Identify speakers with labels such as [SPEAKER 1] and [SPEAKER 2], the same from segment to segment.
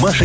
[SPEAKER 1] Маша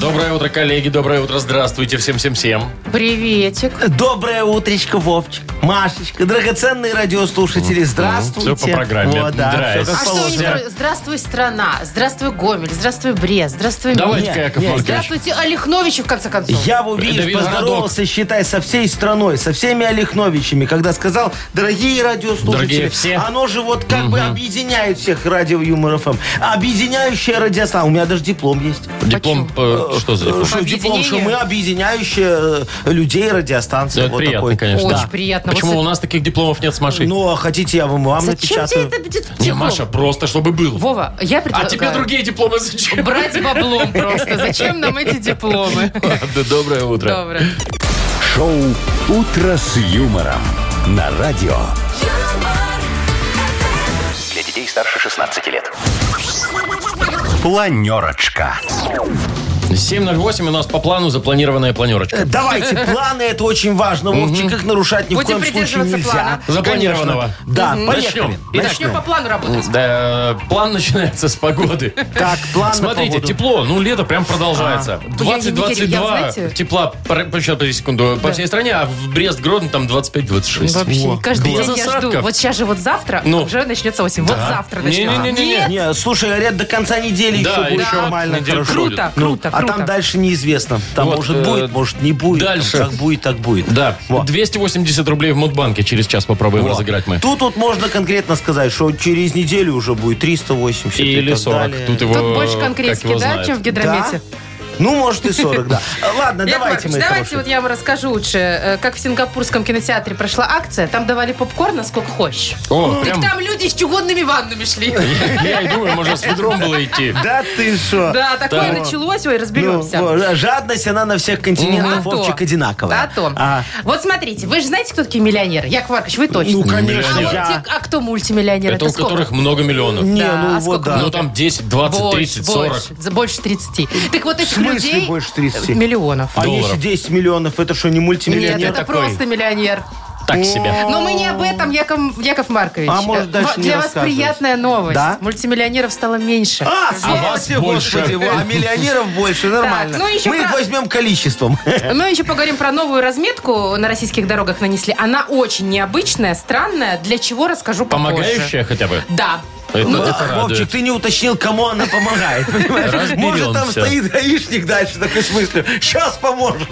[SPEAKER 2] Доброе утро, коллеги. Доброе утро. Здравствуйте всем-всем-всем.
[SPEAKER 3] Приветик.
[SPEAKER 4] Доброе утречко, Вовчик. Машечка, драгоценные радиослушатели, здравствуйте.
[SPEAKER 2] Всё по программе.
[SPEAKER 4] Вот, да,
[SPEAKER 2] Здрасте.
[SPEAKER 4] всё как
[SPEAKER 3] А что у
[SPEAKER 4] положено.
[SPEAKER 3] них про- Здравствуй, страна. Здравствуй, Гомель. Здравствуй, Брест. Здравствуй,
[SPEAKER 2] Давайте,
[SPEAKER 3] Минск.
[SPEAKER 4] Не,
[SPEAKER 2] Яков
[SPEAKER 4] не,
[SPEAKER 2] Маркович.
[SPEAKER 3] Здравствуйте, Олехновичи, в конце концов.
[SPEAKER 4] Я, вот, видишь,
[SPEAKER 2] Давид
[SPEAKER 4] поздоровался, считай, со всей страной, со всеми Олехновичами, когда сказал, дорогие радиослушатели,
[SPEAKER 2] Дорогие все».
[SPEAKER 4] оно же вот как бы объединяет всех радио Юмор ФМ. Объединяющая радиослава. У меня даже диплом есть.
[SPEAKER 2] Диплом, э, что за диплом?
[SPEAKER 4] Что, диплом,
[SPEAKER 3] объединение?
[SPEAKER 4] что мы объединяющая э, людей радиостанция.
[SPEAKER 2] Да, это
[SPEAKER 4] вот
[SPEAKER 2] приятно,
[SPEAKER 4] такой.
[SPEAKER 2] конечно.
[SPEAKER 3] Очень
[SPEAKER 2] Да.
[SPEAKER 3] приятно.
[SPEAKER 2] Почему
[SPEAKER 3] Вот
[SPEAKER 2] у нас таких дипломов нет с
[SPEAKER 4] Слушай,
[SPEAKER 2] Машей?
[SPEAKER 4] Ну, а хотите, я вам, вам
[SPEAKER 3] с- Зачем тебе
[SPEAKER 4] напечатаю.
[SPEAKER 3] это будет
[SPEAKER 2] Не,
[SPEAKER 3] диплом?
[SPEAKER 2] Маша, просто чтобы был.
[SPEAKER 3] Вова, я
[SPEAKER 2] а
[SPEAKER 3] предлагаю...
[SPEAKER 2] тебе другие дипломы зачем?
[SPEAKER 3] Брать баблом просто. Зачем нам эти дипломы?
[SPEAKER 2] Ладно, Доброе утро.
[SPEAKER 3] Доброе.
[SPEAKER 1] Шоу «Утро с юмором» на радио.
[SPEAKER 5] Для детей старше 16 лет.
[SPEAKER 1] Планерочка.
[SPEAKER 2] 7.08 у нас по плану запланированная
[SPEAKER 4] Э,
[SPEAKER 2] планерочка.
[SPEAKER 4] Давайте, планы, это очень важно. Вовчик, их нарушать ни в
[SPEAKER 3] Будем
[SPEAKER 4] коем случае
[SPEAKER 3] придерживаться
[SPEAKER 4] нельзя.
[SPEAKER 3] плана.
[SPEAKER 2] Запланированного.
[SPEAKER 4] Конечно. Да,
[SPEAKER 2] Мгм.
[SPEAKER 4] поехали.
[SPEAKER 2] Начнем.
[SPEAKER 3] Итак, начнем по плану работать.
[SPEAKER 2] Да, план начинается с погоды.
[SPEAKER 4] Так, план на
[SPEAKER 2] Смотрите,
[SPEAKER 4] погоду.
[SPEAKER 2] тепло, ну лето прям продолжается.
[SPEAKER 3] А, ну, Я не верю, я
[SPEAKER 2] 20-22
[SPEAKER 3] знаете-
[SPEAKER 2] тепла, пр- пр- сейчас, подождите секунду, по всей стране, а в Брест-Гродно там 25-26.
[SPEAKER 3] Вообще,
[SPEAKER 4] Во.
[SPEAKER 3] каждый
[SPEAKER 2] Без
[SPEAKER 3] день я
[SPEAKER 2] осадков.
[SPEAKER 3] жду. Вот сейчас же вот завтра
[SPEAKER 2] Ну.
[SPEAKER 3] уже начнется осень. Вот завтра начнется.
[SPEAKER 2] Не-не-не-не.
[SPEAKER 3] Нет,
[SPEAKER 4] Не, слушай, говорят, до конца недели
[SPEAKER 2] Да,
[SPEAKER 4] еще будет
[SPEAKER 2] еще
[SPEAKER 4] нормально,
[SPEAKER 2] неделю
[SPEAKER 4] хорошо.
[SPEAKER 2] будет.
[SPEAKER 3] круто,
[SPEAKER 4] Ну,
[SPEAKER 3] круто,
[SPEAKER 4] а
[SPEAKER 3] круто.
[SPEAKER 4] там дальше неизвестно. Там
[SPEAKER 2] Вот,
[SPEAKER 4] может
[SPEAKER 2] э,
[SPEAKER 4] будет, может не будет. Там
[SPEAKER 2] дальше.
[SPEAKER 4] как будет, так будет.
[SPEAKER 2] Да,
[SPEAKER 4] Вот.
[SPEAKER 2] 280 рублей в Мудбанке через час попробуем
[SPEAKER 4] Вот.
[SPEAKER 2] разыграть мы.
[SPEAKER 4] Тут вот можно конкретно сказать, что через неделю уже будет 380 и
[SPEAKER 2] Или
[SPEAKER 4] так
[SPEAKER 2] 40.
[SPEAKER 4] далее.
[SPEAKER 2] Тут его,
[SPEAKER 3] Тут больше
[SPEAKER 2] как его
[SPEAKER 3] конкретики, да,
[SPEAKER 2] знают.
[SPEAKER 3] чем в гидромете.
[SPEAKER 4] Ну, может и 40, да. Ладно,
[SPEAKER 3] Яков
[SPEAKER 4] давайте
[SPEAKER 3] Маркович,
[SPEAKER 4] мы
[SPEAKER 3] давайте вот я вам расскажу лучше, э, как в сингапурском кинотеатре прошла акция. Там давали попкорна сколько хочешь.
[SPEAKER 2] О,
[SPEAKER 3] Так
[SPEAKER 2] прям,
[SPEAKER 3] там люди с чугунными ваннами шли.
[SPEAKER 2] я и думаю, может, с ведром было идти.
[SPEAKER 4] Да ты что?
[SPEAKER 3] Да, такое
[SPEAKER 2] Да.
[SPEAKER 3] началось, ой,
[SPEAKER 4] Ну,
[SPEAKER 3] разберемся.
[SPEAKER 4] вот, жадность, она на всех
[SPEAKER 3] А
[SPEAKER 4] континентах,
[SPEAKER 3] то.
[SPEAKER 4] Вовчик, одинаковая.
[SPEAKER 3] А то.
[SPEAKER 4] А,
[SPEAKER 3] Вот смотрите, вы же знаете, кто такие миллионеры? Яков Маркович, вы точно.
[SPEAKER 4] Ну, конечно,
[SPEAKER 3] а, вот
[SPEAKER 4] я.
[SPEAKER 3] те- а кто мультимиллионер?
[SPEAKER 2] Это у
[SPEAKER 3] сколько?
[SPEAKER 2] которых много миллионов.
[SPEAKER 4] не,
[SPEAKER 3] Да, а
[SPEAKER 4] ну вот
[SPEAKER 3] сколько
[SPEAKER 4] да.
[SPEAKER 2] Ну, там 10, 20, 30, 40.
[SPEAKER 3] Больше, больше 30. Так вот
[SPEAKER 4] В
[SPEAKER 3] этих
[SPEAKER 4] смысле
[SPEAKER 3] людей...
[SPEAKER 4] больше 30?
[SPEAKER 3] Миллионов.
[SPEAKER 4] а
[SPEAKER 2] долларов.
[SPEAKER 4] если 10 миллионов, это что, не
[SPEAKER 3] Нет,
[SPEAKER 4] мультимиллионер?
[SPEAKER 3] это
[SPEAKER 2] такой.
[SPEAKER 3] просто миллионер.
[SPEAKER 2] Так себе.
[SPEAKER 3] Но мы не об этом, Яков, Яков Маркович.
[SPEAKER 4] А может,
[SPEAKER 3] Э,
[SPEAKER 4] дальше
[SPEAKER 3] во-
[SPEAKER 4] не
[SPEAKER 3] Для вас
[SPEAKER 4] рассказывать?
[SPEAKER 3] приятная новость.
[SPEAKER 4] Да?
[SPEAKER 3] Мультимиллионеров стало меньше.
[SPEAKER 4] А, слава
[SPEAKER 2] вас
[SPEAKER 4] тебе,
[SPEAKER 2] больше.
[SPEAKER 4] Господи, во, а миллионеров больше, нормально.
[SPEAKER 3] ну еще
[SPEAKER 4] Мы их
[SPEAKER 3] про-
[SPEAKER 4] возьмем количеством.
[SPEAKER 3] Мы Ну, еще поговорим про новую разметку на российских дорогах нанесли. Она очень необычная, странная, для чего расскажу попозже.
[SPEAKER 2] Помогающая хотя бы?
[SPEAKER 3] Да.
[SPEAKER 2] Это, это
[SPEAKER 4] Ну, Вовчик,
[SPEAKER 2] радует.
[SPEAKER 4] ты не уточнил, кому она помогает, понимаешь? Может, там
[SPEAKER 2] Разберемся.
[SPEAKER 4] стоит гаишник дальше, такой с мыслью, сейчас поможет.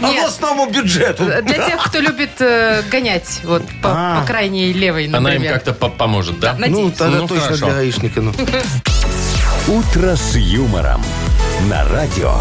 [SPEAKER 4] А
[SPEAKER 3] Нет. э,
[SPEAKER 4] новому бюджету.
[SPEAKER 3] Для тех, кто любит э, гонять вот по,
[SPEAKER 4] А.
[SPEAKER 3] по крайней левой,
[SPEAKER 2] Она им
[SPEAKER 3] например.
[SPEAKER 2] как-то по- поможет, да?
[SPEAKER 4] Ну,
[SPEAKER 3] Надеюсь.
[SPEAKER 4] тогда
[SPEAKER 2] Ну,
[SPEAKER 4] точно
[SPEAKER 2] хорошо.
[SPEAKER 4] для гаишника. ну.
[SPEAKER 1] «Утро с юмором» на радио.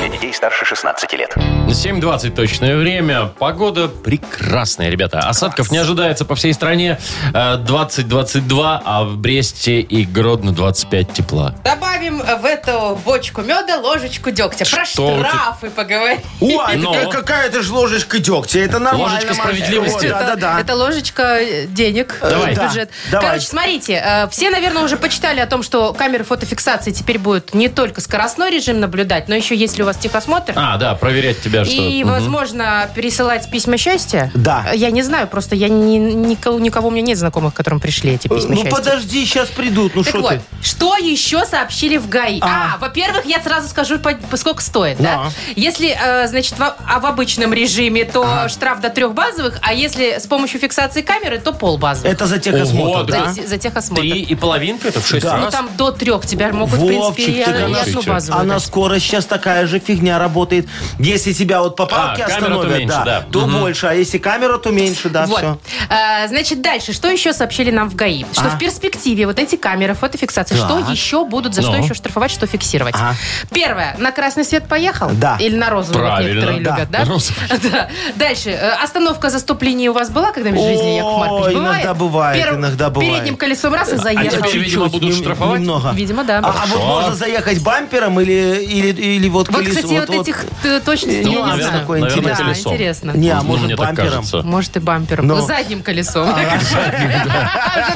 [SPEAKER 5] Для детей старше 16 лет.
[SPEAKER 2] 7.20 точное время. Погода прекрасная, ребята. Осадков не ожидается по всей стране. Э, 20-22, а в Бресте и Гродно 25 тепла.
[SPEAKER 3] Добавим в эту бочку меда ложечку дегтя. Про
[SPEAKER 2] Что у тебя?
[SPEAKER 3] штрафы поговорим.
[SPEAKER 4] О, а
[SPEAKER 2] Ну.
[SPEAKER 4] это какая-то же ложечка дегтя, это нормально.
[SPEAKER 2] Ложечка
[SPEAKER 4] Маша.
[SPEAKER 2] справедливости.
[SPEAKER 4] Вот, Да-да-да.
[SPEAKER 3] Это ложечка э, денег
[SPEAKER 2] Давай.
[SPEAKER 3] в бюджет.
[SPEAKER 4] Да, давай.
[SPEAKER 3] Короче, смотрите, э, все, наверное, уже почитали о том, что камеры фотофиксации теперь будут не только скоростной режим наблюдать, но еще если у вас техосмотр.
[SPEAKER 2] А, да, проверять тебя, что...
[SPEAKER 3] И,
[SPEAKER 2] Мгм.
[SPEAKER 3] возможно, пересылать письма счастья?
[SPEAKER 4] Да.
[SPEAKER 3] Я не знаю, просто я не- никого, никого у меня нет знакомых, которым пришли эти письма
[SPEAKER 4] Ну
[SPEAKER 3] счастья.
[SPEAKER 4] подожди, сейчас придут. Ну
[SPEAKER 3] Так
[SPEAKER 4] что
[SPEAKER 3] вот,
[SPEAKER 4] ты?
[SPEAKER 3] что еще сообщили в ГАИ? А,
[SPEAKER 4] А.
[SPEAKER 3] во-первых, я сразу скажу, по, по сколько стоит, да?
[SPEAKER 4] Да.
[SPEAKER 3] Если, э, значит, во- а в обычном режиме, то штраф до трех базовых, а если с помощью фиксации камеры, то полбазовых.
[SPEAKER 4] Это за техосмотр,
[SPEAKER 2] Ого,
[SPEAKER 3] За,
[SPEAKER 4] да?
[SPEAKER 3] за техосмотр.
[SPEAKER 2] Три и половинка, это в шесть
[SPEAKER 4] Да.
[SPEAKER 3] Ну,
[SPEAKER 2] раз.
[SPEAKER 3] там до трех тебя могут, в
[SPEAKER 4] Вовчик,
[SPEAKER 3] принципе, и-
[SPEAKER 4] ты
[SPEAKER 3] и
[SPEAKER 2] конечно.
[SPEAKER 3] одну базовую
[SPEAKER 4] А на
[SPEAKER 3] дать.
[SPEAKER 4] скорость сейчас такая же фигня работает. Если тебя вот по палке
[SPEAKER 2] камера, то
[SPEAKER 4] остановят,
[SPEAKER 2] меньше,
[SPEAKER 4] да,
[SPEAKER 2] да.
[SPEAKER 4] то
[SPEAKER 2] Мгм.
[SPEAKER 4] больше. А если камера, то меньше, да,
[SPEAKER 3] Вот.
[SPEAKER 4] все.
[SPEAKER 3] А, значит, дальше. Что еще сообщили нам в ГАИ? Что
[SPEAKER 4] А.
[SPEAKER 3] в перспективе вот эти камеры фотофиксации, что
[SPEAKER 4] Так.
[SPEAKER 3] еще будут, за что
[SPEAKER 2] Ну.
[SPEAKER 3] еще штрафовать, что фиксировать?
[SPEAKER 4] А.
[SPEAKER 3] Первое. На красный свет поехал?
[SPEAKER 4] Да.
[SPEAKER 3] Или на розовый? вот
[SPEAKER 2] Правильно.
[SPEAKER 3] некоторые
[SPEAKER 2] Да.
[SPEAKER 3] любят, да?
[SPEAKER 2] Розовый.
[SPEAKER 3] Да. Дальше. Э, Остановка заступления у вас была когда-нибудь в жизни, Яков Маркович?
[SPEAKER 4] Ой, иногда бывает, иногда бывает.
[SPEAKER 3] Передним колесом раз и
[SPEAKER 2] А
[SPEAKER 3] заехал.
[SPEAKER 2] теперь, видимо,
[SPEAKER 4] Чуть-чуть,
[SPEAKER 2] будут
[SPEAKER 4] нем-
[SPEAKER 2] штрафовать.
[SPEAKER 4] Ну, Немного.
[SPEAKER 3] Видимо, да.
[SPEAKER 4] А, а вот можно заехать бампером или, или, или вот,
[SPEAKER 3] Вот,
[SPEAKER 4] колесом
[SPEAKER 3] кстати, Кстати, вот,
[SPEAKER 4] вот-вот.
[SPEAKER 3] этих э, точно
[SPEAKER 4] Ну,
[SPEAKER 3] я не
[SPEAKER 4] наверное,
[SPEAKER 3] знаю.
[SPEAKER 4] такое
[SPEAKER 2] наверное,
[SPEAKER 4] интересное.
[SPEAKER 2] колесом.
[SPEAKER 3] интересно.
[SPEAKER 4] Не, а
[SPEAKER 2] Ну,
[SPEAKER 4] может,
[SPEAKER 2] мне так
[SPEAKER 4] бампером?
[SPEAKER 2] кажется.
[SPEAKER 3] Может, и бампером.
[SPEAKER 4] Но- А,
[SPEAKER 3] Задним колесом. А, Уже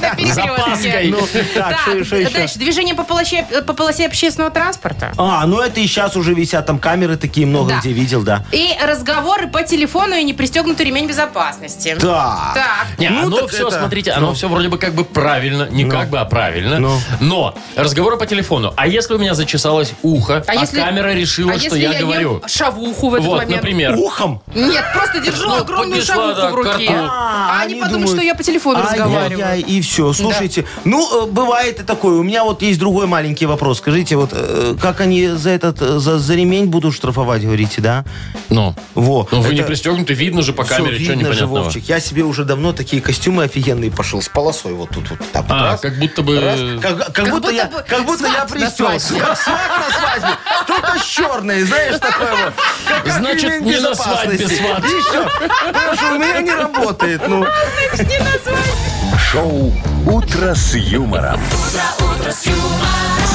[SPEAKER 3] наперекрестке.
[SPEAKER 2] Запаской.
[SPEAKER 4] Ну, так, что еще, еще?
[SPEAKER 3] дальше. Движение по полосе, по полосе общественного транспорта.
[SPEAKER 4] А, ну это и сейчас уже висят там камеры такие, много
[SPEAKER 3] Да.
[SPEAKER 4] где видел, да.
[SPEAKER 3] И разговоры по телефону и не пристегнутый ремень безопасности.
[SPEAKER 4] Да.
[SPEAKER 3] Так.
[SPEAKER 2] Не,
[SPEAKER 4] Ну,
[SPEAKER 2] оно
[SPEAKER 4] так
[SPEAKER 2] все,
[SPEAKER 4] это-
[SPEAKER 2] смотрите, оно все вроде бы как бы правильно, не как бы, а правильно.
[SPEAKER 4] Ну.
[SPEAKER 2] Но разговоры по телефону. А если у меня зачесалось ухо, а, камера решила,
[SPEAKER 3] а
[SPEAKER 2] что
[SPEAKER 3] если
[SPEAKER 2] я,
[SPEAKER 3] ем
[SPEAKER 2] говорю?
[SPEAKER 3] шавуху в этот
[SPEAKER 2] Вот,
[SPEAKER 3] момент.
[SPEAKER 2] например.
[SPEAKER 4] Ухом.
[SPEAKER 3] Нет, просто держу
[SPEAKER 2] Вот
[SPEAKER 3] огромную
[SPEAKER 2] поднесла,
[SPEAKER 3] шавуху
[SPEAKER 2] да,
[SPEAKER 3] в
[SPEAKER 2] к
[SPEAKER 3] руке.
[SPEAKER 2] рту.
[SPEAKER 3] А они подумают, что я по телефону
[SPEAKER 4] «Ай-яй-яй»,
[SPEAKER 3] разговариваю.
[SPEAKER 4] и все. Слушайте, ну, э, бывает и такое. У меня вот есть другой маленький вопрос. Скажите, вот э, как они за этот, э, за, за ремень будут штрафовать, говорите, да?
[SPEAKER 2] Ну,
[SPEAKER 4] Во.
[SPEAKER 2] ну вы не
[SPEAKER 4] Это-
[SPEAKER 2] пристегнуты, видно же по
[SPEAKER 4] Всё
[SPEAKER 2] камере, что
[SPEAKER 4] видно же,
[SPEAKER 2] непонятного.
[SPEAKER 4] Вовчик. Я себе уже давно такие костюмы офигенные пошел с полосой вот тут вот. так вот,
[SPEAKER 2] А,
[SPEAKER 4] раз.
[SPEAKER 2] как будто бы... э,
[SPEAKER 4] Раз. Как, как будто,
[SPEAKER 3] будто
[SPEAKER 4] я,
[SPEAKER 3] бы
[SPEAKER 4] как будто
[SPEAKER 3] сват
[SPEAKER 4] я
[SPEAKER 3] на
[SPEAKER 4] пристёс.
[SPEAKER 3] свадьбе.
[SPEAKER 4] Как сват на свадьбе. Только с черной, знаешь, такое вот. Как- как
[SPEAKER 2] Значит,
[SPEAKER 4] ремень
[SPEAKER 2] не на
[SPEAKER 4] безопасности.
[SPEAKER 2] свадьбе сват.
[SPEAKER 4] И всё. Потому что у меня не работает, ну.
[SPEAKER 1] Шоу «Утро с юмором».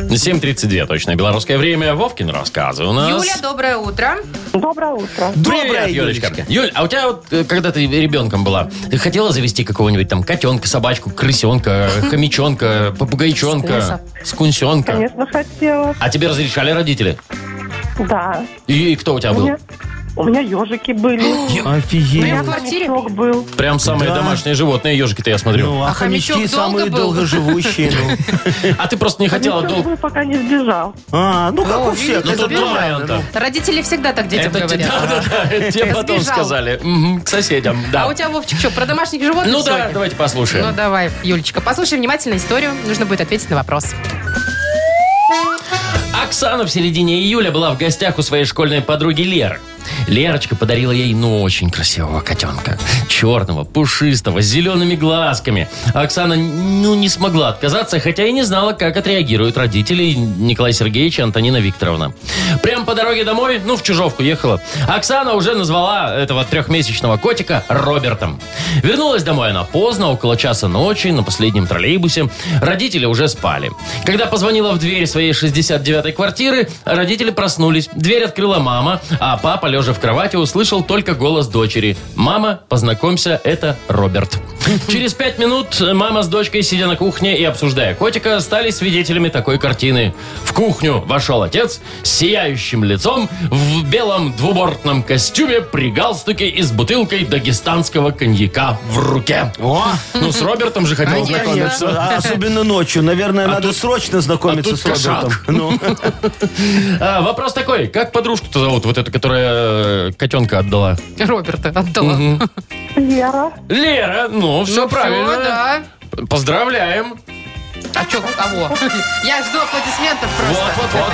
[SPEAKER 2] 7.32, точное белорусское время. Вовкин рассказы у нас.
[SPEAKER 3] Юля, доброе утро.
[SPEAKER 6] Доброе утро.
[SPEAKER 4] Доброе,
[SPEAKER 2] Привет, Юлечка.
[SPEAKER 4] Юлечка.
[SPEAKER 2] Юль, а у тебя вот, э, когда ты ребенком была, ты хотела завести какого-нибудь там котенка, собачку, крысенка, хомячонка, попугайчонка, скунсенка?
[SPEAKER 6] Конечно, хотела.
[SPEAKER 2] А тебе разрешали родители?
[SPEAKER 6] Да.
[SPEAKER 2] И, и кто у тебя
[SPEAKER 6] У
[SPEAKER 2] был?
[SPEAKER 6] меня, у меня ежики были.
[SPEAKER 3] Прям в
[SPEAKER 4] Офигеть.
[SPEAKER 3] квартире?
[SPEAKER 6] Хомячок был.
[SPEAKER 2] Прям самые
[SPEAKER 4] Да.
[SPEAKER 2] домашние животные, ежики-то я смотрю.
[SPEAKER 4] Ну, а
[SPEAKER 3] А хомячок
[SPEAKER 4] хомячки
[SPEAKER 3] долго
[SPEAKER 4] самые
[SPEAKER 3] был?
[SPEAKER 4] долгоживущие. ну.
[SPEAKER 2] А ты просто не хотела
[SPEAKER 6] Хомячок
[SPEAKER 2] долго...
[SPEAKER 6] был, пока не сбежал.
[SPEAKER 4] А, ну как у всех.
[SPEAKER 2] Ну,
[SPEAKER 4] это
[SPEAKER 2] тут
[SPEAKER 4] нормально,
[SPEAKER 2] нормально,
[SPEAKER 4] ну.
[SPEAKER 2] да.
[SPEAKER 3] Родители всегда так детям
[SPEAKER 2] Это те-
[SPEAKER 3] говорят.
[SPEAKER 2] да-да-да, тебе потом
[SPEAKER 3] Сбежал.
[SPEAKER 2] сказали. Мгм, К соседям,
[SPEAKER 3] А
[SPEAKER 2] да.
[SPEAKER 3] у тебя, Вовчик, что, про домашних животных
[SPEAKER 2] Ну да,
[SPEAKER 3] сегодня?
[SPEAKER 2] давайте послушаем.
[SPEAKER 3] Ну давай, Юлечка, послушай внимательно историю. Нужно будет ответить на вопрос.
[SPEAKER 2] Оксана в середине июля была в гостях у своей школьной подруги Леры. Лерочка подарила ей, ну, очень красивого котенка. Черного, пушистого, с зелеными глазками. Оксана, ну, не смогла отказаться, хотя и не знала, как отреагируют родители Николай Сергеевич и Антонина Викторовна. Прям по дороге домой, ну, в Чужовку ехала, Оксана уже назвала этого трехмесячного котика Робертом. Вернулась домой она поздно, около часа ночи, на последнем троллейбусе. Родители уже спали. Когда позвонила в дверь своей 69-й квартиры, родители проснулись. Дверь открыла мама, а папа, лежа в кровати, услышал только голос дочери. «Мама, познакомься, это Роберт». Через пять минут мама с дочкой, сидя на кухне и обсуждая котика, стали свидетелями такой картины. В кухню вошел отец с сияющим лицом в белом двубортном костюме при галстуке и с бутылкой дагестанского коньяка в руке.
[SPEAKER 4] О,
[SPEAKER 2] Ну, с Робертом же хотел
[SPEAKER 3] Конечно.
[SPEAKER 2] знакомиться.
[SPEAKER 4] конечно. Особенно ночью. Наверное, надо срочно знакомиться
[SPEAKER 2] а тут
[SPEAKER 4] с Робертом.
[SPEAKER 2] кошак.
[SPEAKER 4] Ну.
[SPEAKER 2] А, вопрос такой. Как подружку-то зовут? Вот эту, которая э, котенка отдала.
[SPEAKER 3] Роберта отдала.
[SPEAKER 6] Лера.
[SPEAKER 2] Лера. Ну, все
[SPEAKER 3] Ну,
[SPEAKER 2] правильно.
[SPEAKER 3] всё, да.
[SPEAKER 2] Поздравляем.
[SPEAKER 3] А что, кого? Я жду аплодисментов просто.
[SPEAKER 2] Вот, вот, вот.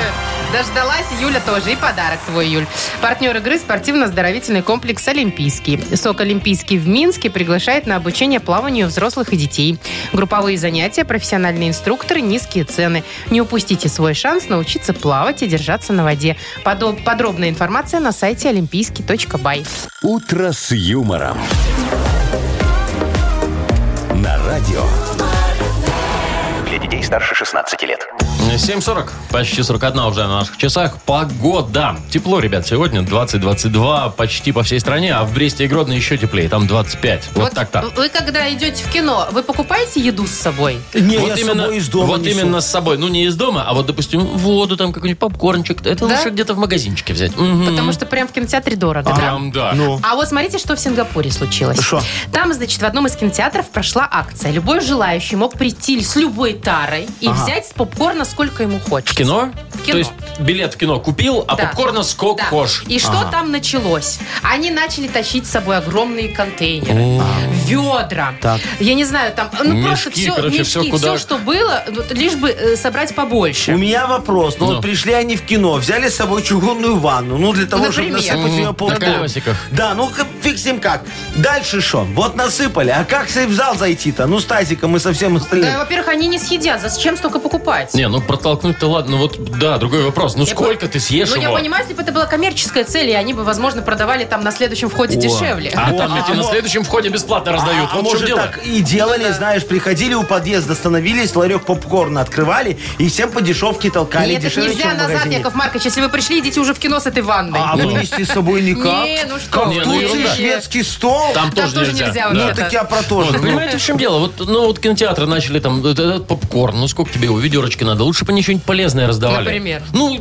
[SPEAKER 3] Дождалась, Юля тоже. И подарок твой, Юль. Партнер игры спортивно-оздоровительный комплекс «Олимпийский». СОК «Олимпийский» в Минске приглашает на обучение плаванию взрослых и детей. Групповые занятия, профессиональные инструкторы, низкие цены. Не упустите свой шанс научиться плавать и держаться на воде. Подо- Подробная информация на сайте олимпийский.бай.
[SPEAKER 1] «Утро с юмором». На радио.
[SPEAKER 5] Для детей старше 16 лет.
[SPEAKER 2] 7.40. Почти 41 уже на наших часах. Погода. Тепло, ребят, сегодня 20-22 почти по всей стране, а в Бресте и Гродно еще теплее. Там 25. Вот,
[SPEAKER 4] ну,
[SPEAKER 2] так-то.
[SPEAKER 3] Вы когда идете в кино, вы покупаете еду с собой?
[SPEAKER 4] Не,
[SPEAKER 2] вот
[SPEAKER 4] я с
[SPEAKER 2] именно,
[SPEAKER 4] собой из дома
[SPEAKER 2] вот
[SPEAKER 4] несу.
[SPEAKER 2] именно с собой. Ну, не из дома, а вот, допустим, воду, там какой-нибудь попкорнчик. Это
[SPEAKER 3] Да?
[SPEAKER 2] лучше где-то в магазинчике взять. Мгм.
[SPEAKER 3] Потому что прям в кинотеатре дорого. да?
[SPEAKER 2] Прям да.
[SPEAKER 4] Ну.
[SPEAKER 3] А вот смотрите, что в Сингапуре случилось.
[SPEAKER 4] Шо?
[SPEAKER 3] Там, значит, в одном из кинотеатров прошла акция. Любой желающий мог прийти с любой тарой и взять с попкорна сколько сколько ему
[SPEAKER 2] В
[SPEAKER 3] хочется.
[SPEAKER 2] кино?
[SPEAKER 3] В кино.
[SPEAKER 2] То есть билет в кино купил, а
[SPEAKER 3] Да.
[SPEAKER 2] попкорна сколько
[SPEAKER 3] Да.
[SPEAKER 2] кош.
[SPEAKER 3] И что
[SPEAKER 2] Ага.
[SPEAKER 3] там началось? Они начали тащить с собой огромные контейнеры, ведра.
[SPEAKER 4] Так.
[SPEAKER 3] Я не знаю, там ну
[SPEAKER 2] Мешки,
[SPEAKER 3] просто все,
[SPEAKER 2] короче, всё
[SPEAKER 3] мешки, все,
[SPEAKER 2] куда-
[SPEAKER 3] что было, вот лишь бы э, собрать
[SPEAKER 4] У
[SPEAKER 3] побольше.
[SPEAKER 4] меня вопрос. Ну,
[SPEAKER 2] Ну.
[SPEAKER 4] вот пришли они в кино, взяли с собой чугунную ванну. Ну, для того, чтобы
[SPEAKER 3] Например.
[SPEAKER 4] насыпать
[SPEAKER 2] Мгм.
[SPEAKER 4] ее
[SPEAKER 2] На
[SPEAKER 4] полную.
[SPEAKER 2] колесиках.
[SPEAKER 4] Да, ну как- фиг с ним как. Дальше что? Вот насыпали. А как в зал зайти-то? Ну, с тазиком и со всем остальным.
[SPEAKER 3] Да, Э, во-первых, они не съедят. Зачем столько покупать?
[SPEAKER 2] Не, ну протолкнуть-то ладно, ну вот, да, другой вопрос. Ну
[SPEAKER 3] Я
[SPEAKER 2] сколько
[SPEAKER 3] бы-
[SPEAKER 2] ты съешь
[SPEAKER 3] Ну, я
[SPEAKER 2] его?
[SPEAKER 3] понимаю, если бы это была коммерческая цель, и они бы, возможно, продавали там на следующем входе дешевле.
[SPEAKER 2] А там
[SPEAKER 4] а
[SPEAKER 2] ведь и на
[SPEAKER 4] мо-
[SPEAKER 2] следующем входе бесплатно
[SPEAKER 4] А,
[SPEAKER 2] раздают. Вот
[SPEAKER 4] а
[SPEAKER 2] в чем
[SPEAKER 4] может
[SPEAKER 2] дело.
[SPEAKER 4] так и делали, знаешь, приходили у подъезда, становились, ларек попкорна открывали и всем по дешевке толкали.
[SPEAKER 3] Нет, так
[SPEAKER 4] дешевле,
[SPEAKER 3] нельзя
[SPEAKER 4] чем А, в
[SPEAKER 3] назад,
[SPEAKER 4] магазине.
[SPEAKER 3] Яков Маркович. Если вы пришли, идите уже в кино с этой ванной.
[SPEAKER 4] А вынести с собой никак.
[SPEAKER 3] Не, ну что
[SPEAKER 4] Как
[SPEAKER 3] вы.
[SPEAKER 4] в Турции
[SPEAKER 2] ерунда.
[SPEAKER 4] шведский стол. Ну,
[SPEAKER 2] Там,
[SPEAKER 3] Там тоже нельзя
[SPEAKER 2] Да.
[SPEAKER 3] вообще.
[SPEAKER 4] Так я про то ну,
[SPEAKER 2] Вот,
[SPEAKER 4] же.
[SPEAKER 2] понимаете, в чем дело? Вот, ну, вот кинотеатры начали там э, э, попкорн. Ну, сколько тебе его ведерочки надо? Лучше бы они что-нибудь полезное раздавали.
[SPEAKER 3] Например?
[SPEAKER 2] Ну,